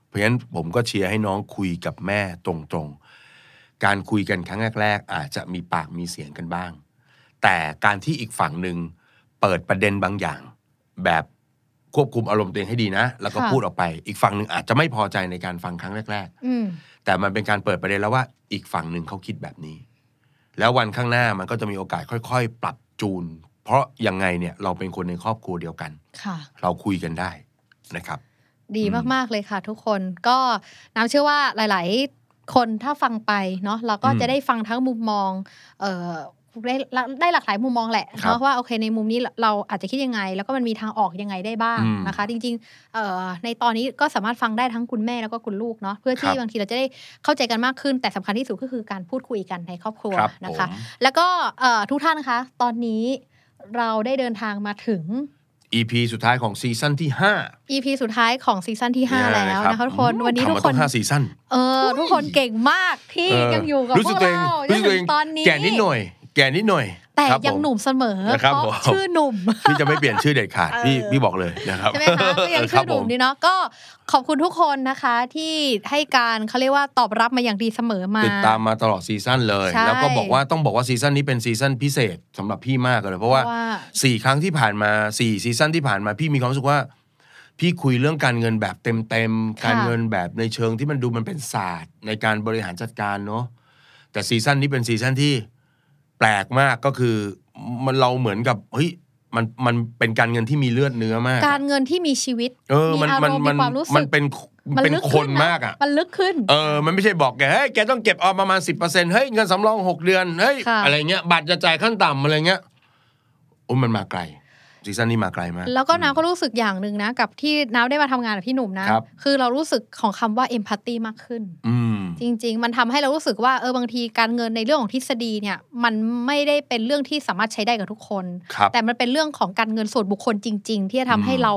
S3: เพราะฉะนั้นผมก็เชียร์ให้น้องคุยกับแม่ตรงๆ การคุยกันครั้งแรกๆอาจจะมีปากมีเสียงกันบ้าง แต่การที่อีกฝั่งหนึ่งเปิดประเด็นบางอย่าง แบบควบคุมอารมณ์ตัวเองให้ดีนะ แล้วก็พูดออกไป อีกฝั่งหนึ่งอาจจะไม่พอใจในการฟังครั้งแรก
S2: อืม
S3: ๆ แต่มันเป็นการเปิดประเด็นแล้วว่าอีกฝั่งหนึ่งเขาคิดแบบนี้ แล้ววันข้างหน้ามันก็จะมีโอกาสค่อย ๆ ปรับจูน เพราะยังไงเนี่ยเราเป็นคนในครอบครัวเดียวกัน
S2: ค่ะ
S3: เราคุยกันได้นะครับ
S2: ดี
S3: อืม
S2: มาก ๆ เลยค่ะทุกคนก็น้ำเชื่อว่าหลาย ๆ คนถ้าฟังไปเนาะเราก็
S3: อืม
S2: จะได้ฟังทั้งมุมมองเอ่อได้ได้หลากหลายมุมมองแหละ
S3: ครับ
S2: เนาะว่าโอเคในมุมนี้เราอาจจะคิดยังไง แล้วก็มันมีทางออกยังไงได้บ้าง
S3: อืม
S2: นะคะ จริงๆเอ่อในตอนนี้ก็สามารถฟังได้ทั้งคุณแม่แล้วก็คุณลูกเนาะเพื่อที่
S3: ครับ
S2: บางทีเราจะได้เข้าใจกันมากขึ้น แต่สำคัญที่สุดก็คือการพูดคุยกันในครอบครัว
S3: ครับผ
S2: นะคะ
S3: ม
S2: แล้วก็เอ่อทุกท่านนะคะ ตอนนี้เราได้เดินทางมาถึง
S3: EP สุดท้ายของซีซั่นที่ 5
S2: EP สุดท้ายของซีซั่นที่ห้าแล้วนะคะทุกคนวันนี้ทุกคน
S3: ห้าซีซั่น
S2: เออ ทุกคนเก่งมากที่
S3: เ
S2: ยังอยู่กับ
S3: รู้
S2: พ
S3: สึ
S2: ว
S3: ก
S2: ก
S3: ตัวเอง
S2: เราจ
S3: รู้
S2: น
S3: สึก
S2: ถึ
S3: ตัวเอง ง
S2: ตอนนี้
S3: แก่นิดหน่อย แก่นิดหน่อย
S2: แต่
S3: ครับ
S2: ยัง
S3: ผ
S2: หนุ่มเสมอ
S3: นะ
S2: เพ
S3: ครับ
S2: ราะ
S3: ผม
S2: ชื่อหนุ่ม
S3: พี่จะไม่เปลี่ยนชื่อเด็ด
S2: [LAUGHS]
S3: ขาดพี่
S2: เออ
S3: พี่บอกเลยนะครับ
S2: ใช่ไหมคะก็ยังชื่อหนุ่มดีเนาะก็ขอบคุณทุกคนนะคะที่ให้การเขาเรียกว่าตอบรับมาอย่างดีเสมอมา
S3: ติดตามมาตลอดซีซั่นเลย
S2: ใช่
S3: แล้วก็บอกว่าต้องบอกว่าซีซั่นนี้เป็นซีซั่นพิเศษสำหรับพี่มากเลย เพ
S2: เพ
S3: ราะ
S2: ราะ
S3: ว่า
S2: ว่า
S3: 4 ครั้งที่ผ่านมา 4 ซีซั่นที่ผ่านมาพี่มีความรู้สึกว่า พี่คุยเรื่องการเงินแบบเต็มๆ
S2: ค่ะ
S3: การเงินแบบในเชิงที่มันดูมันเป็นศาสตร์ ในการบริหารจัดการเนาะแต่ซีซั่นนี้เป็นซีซั่นที่แปลกมากก็คือมันเราเหมือนกับเฮ้ยมันมันเป็นการเงินที่มีเลือดเนื้อมากอะ
S2: การเงินที่มีชีวิต
S3: เออมัน
S2: อาร
S3: มัน
S2: มณ์
S3: มั
S2: มี
S3: น
S2: ความรู้
S3: มั
S2: สึ
S3: น
S2: ก
S3: เป็นเป็นคนมากอ่ะ
S2: มันลึกขึ้น
S3: เออ มันไม่ใช่บอกแก เฮ้ย แกต้องเก็บออมประมาณสิบเปอร์เซ็นต์เฮ้ย เงินสำรองหกเดือน เฮ้ย
S2: ค่ะ
S3: อะไรเงี้ย บัตรจะจ่ายขั้นต่ำอะไรเงี้ยโอ้ยมันมาไกล ซีซั่นนี้มาไกลมาก
S2: แล้วก็น้ำก็รู้สึกอย่างหนึ่งนะ กับที่น้ำได้มาทำงานกับพี่หนุ่มนะ
S3: ครับ
S2: คือเรารู้สึกของคำว่าเอมพัตตีมากขึ้น
S3: อืม
S2: จริง ๆ มันทำให้เรารู้สึกว่าเออบางทีการเงินในเรื่องของทฤษฎีเนี่ยมันไม่ได้เป็นเรื่องที่สามารถใช้ได้กับทุกคน
S3: ครับ
S2: แต่มันเป็นเรื่องของการเงินส่วนบุคคลจริง ๆ ที่จะทำให้
S3: อืม
S2: เรา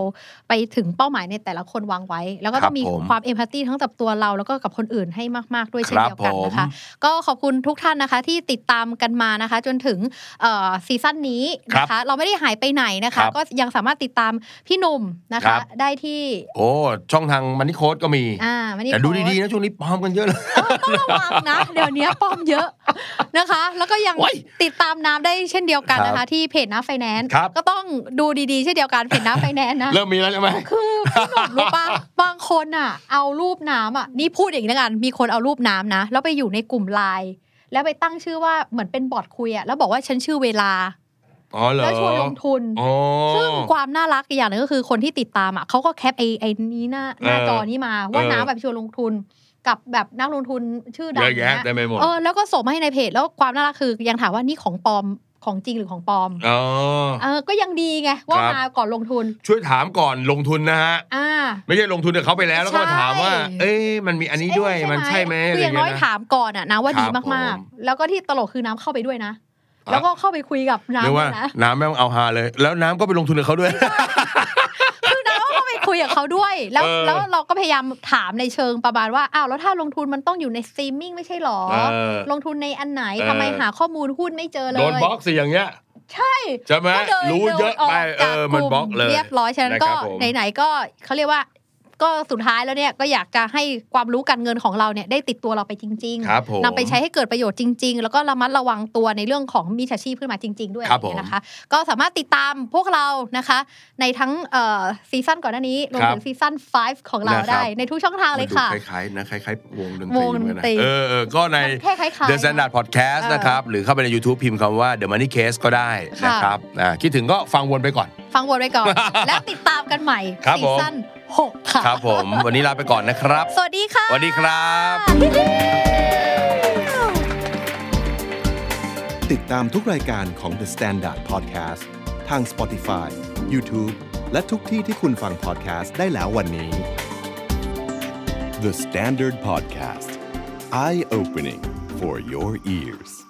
S2: ไปถึงเป้าหมายในแต่ละคนวางไว้ แล้วก็ต้องมี
S3: ครับผม
S2: ความเอมพัตตีทั้งกับตัวเราแล้วก็กับคนอื่นให้มาก ๆ ด้วยเช่น
S3: ครับ
S2: เดียวกันนะ
S3: ผ
S2: คะ
S3: ม
S2: ก็ขอบคุณทุกท่านนะคะที่ติดตามกันมานะคะ จนถึงเอ่อซีซั่นนี้นะ
S3: ครั
S2: คะ
S3: บ
S2: เราไม่ได้หายไปไหนนะ
S3: ครั
S2: คะ
S3: บ
S2: ก็ยังสามารถติดตามพี่หนุ่มนะ
S3: ครั
S2: คะ
S3: บ
S2: ได้ที่
S3: โอ้ ช่องทางมันนี่โค้ดก็มี
S2: อ่ามันนี่
S3: แต่ดู
S2: โพสต์
S3: ดีๆนะช่วงนี้ปลอมกันเยอะเลย
S2: ต้องระวังนะ เดี๋ยวนี้ปลอมเยอะนะคะ แล้วก็ยัง
S3: โอ้ย
S2: ติดตามน้ำได้เช่นเดียวกันนะ
S3: ครั
S2: คะ
S3: บ
S2: ที่เพจน้ำไฟแนนซ์
S3: ครับ
S2: ก็ต้องดูดีๆ เช่นเดียวกันเพจน้ำไฟแนนซ์นะ
S3: เริ่มมีแล้วใช่ไหม
S2: คือพี่หนุ่มรู้ปะ [LAUGHS] บางคนอ่ะ เอารูปน้ำอ่ะนี่พูดอย่างนี้แล้วกันมีคนเอารูปน้ำนะ แล้วไปอยู่ในกลุ่มไลน์แล้วไปตั้งชื่อว่าเหมือนเป็นบอร์ดคุยอ่ะแล้วบอกว่าฉันชื่อเวลา
S3: อ๋อเหรอ
S2: แล้วชวนลงทุน
S3: อ๋อ
S2: ซึ่งความน่ารักอีกอย่างหนึงก็คือคนที่ติดตามอ่ะเขาก็แคปไอ้ไอ้นี้หน้าหน้า
S3: เออ
S2: จอนี้มาว่า
S3: เออ
S2: น้ำแบบชวนลงทุนกับแบบนักลงทุนชื่อดัง
S3: เย
S2: อย่าง
S3: อะแยะ
S2: เงี้ย
S3: เต็มไปหมด
S2: เออแล้วก็ส่งมาให้ในเพจแล้วความน่ารักคือยังถามว่านี่ของปลอมของจริงหรือของปลอม
S3: อ๋อ
S2: เออก็ยังดีไงว่า
S3: ครับ
S2: มาก่อนลงทุน
S3: ช่วยถามก่อนลงทุนนะฮะ
S2: อ่า
S3: ไม่ใช่ลงทุนกับเขาไปแล้วแล้วก็มา
S2: ใช่
S3: ถามว่า เอ้ยมันมีอันนี้ด้วยมันใช่ไหมอะ
S2: คือ
S3: ไร
S2: อย่างน้อย
S3: เงี้ยนะ
S2: ถามก่อนอะนะว่า
S3: ครั
S2: ดี
S3: บ
S2: มาก
S3: ผม
S2: ๆ แล้วก็ที่ตลกคือน้ำเข้าไปด้วยนะ
S3: อ่ะ
S2: แล้วก็เข้าไปคุยกับน้ำ
S3: เรียก
S2: ด้ว
S3: ว่าย
S2: นะ
S3: น้ำแม่งเอาฮาเลย แล้วน้ำก็ไปลงทุนกับเขาด้วย
S2: คือน้ำก็เข้าไปคุยกับเขาด้วย แล้ว
S3: เออ
S2: แล้วเราก็พยายามถามในเชิงประมาณว่าอ้าวแล้วถ้าลงทุนมันต้องอยู่ในสตรีมมิ่งไม่ใช่หรอ
S3: เออ
S2: ลงทุนในอันไหน
S3: เออ
S2: ทำไมหาข้อมูลหุ้นไม่เจอเล
S3: โดน
S2: ย
S3: บล็อกสิอย่างเงี้ย
S2: ใช่
S3: ใช่ไหม
S2: ก็ดิน
S3: รู้เยอะ
S2: ดิน
S3: ไป
S2: ก
S3: เอ
S2: จาก
S3: อมัน
S2: ลุ่
S3: บล็อกเลย
S2: เรียบร้อยฉะนั้น
S3: นะค
S2: ก็
S3: รับผม
S2: ไหนๆก็เขาเรียกว่าก็สุดท้ายแล้วเนี่ยก็อยากจะให้ความรู้การเงินของเราเนี่ยได้ติดตัวเราไปจริง ๆ
S3: ครับผม
S2: นำไปใช้ให้เกิดประโยชน์จริง ๆ แล้วก็ระมัดระวังตัวในเรื่องของมิจฉาชีพขึ้นมาจริง ๆ ด้วย
S3: ครับ
S2: อะไรอย่างเงี้ยนะคะ ก็สามารถติดตามพวกเรานะคะ ในทั้งเอ่อซีซั่นก่อนหน้านี้รวมถึงซีซั่น 5 ของเรา
S3: นะครับ
S2: ได้ในทุกช่องทางเลยค่ะ
S3: มันดูคล้ายๆนะคล้ายๆวงดนต
S2: ว
S3: รี
S2: ง
S3: เห
S2: ดน
S3: มือนกันนะ
S2: ตรี
S3: เออเออก็ใน
S2: มันแค่คล้ายๆ
S3: The Standard Podcast
S2: เออ
S3: นะครับ หรือเข้าไปใน YouTube พิมพ์คำว่า The Money Case ก็ได้นะครับอ่าคิดถึงก็ฟังวนไปก่อน
S2: ฟังวนไว้
S3: [LAUGHS]
S2: ก่อน แล้วติดตามกันใหม่
S3: ครับ
S2: ซี
S3: ผม
S2: ซั่น 6 ค่ะ
S3: ครับผม วันนี้ลาไปก่อนนะครับ
S2: สวัสดีค่ะ
S3: สวัสดีครับ
S1: ติดตามทุกรายการของ The Standard Podcast ทาง Spotify, YouTube และทุกที่ที่คุณฟัง podcast ได้แล้ววันนี้ The Standard Podcast Eye Opening for Your Ears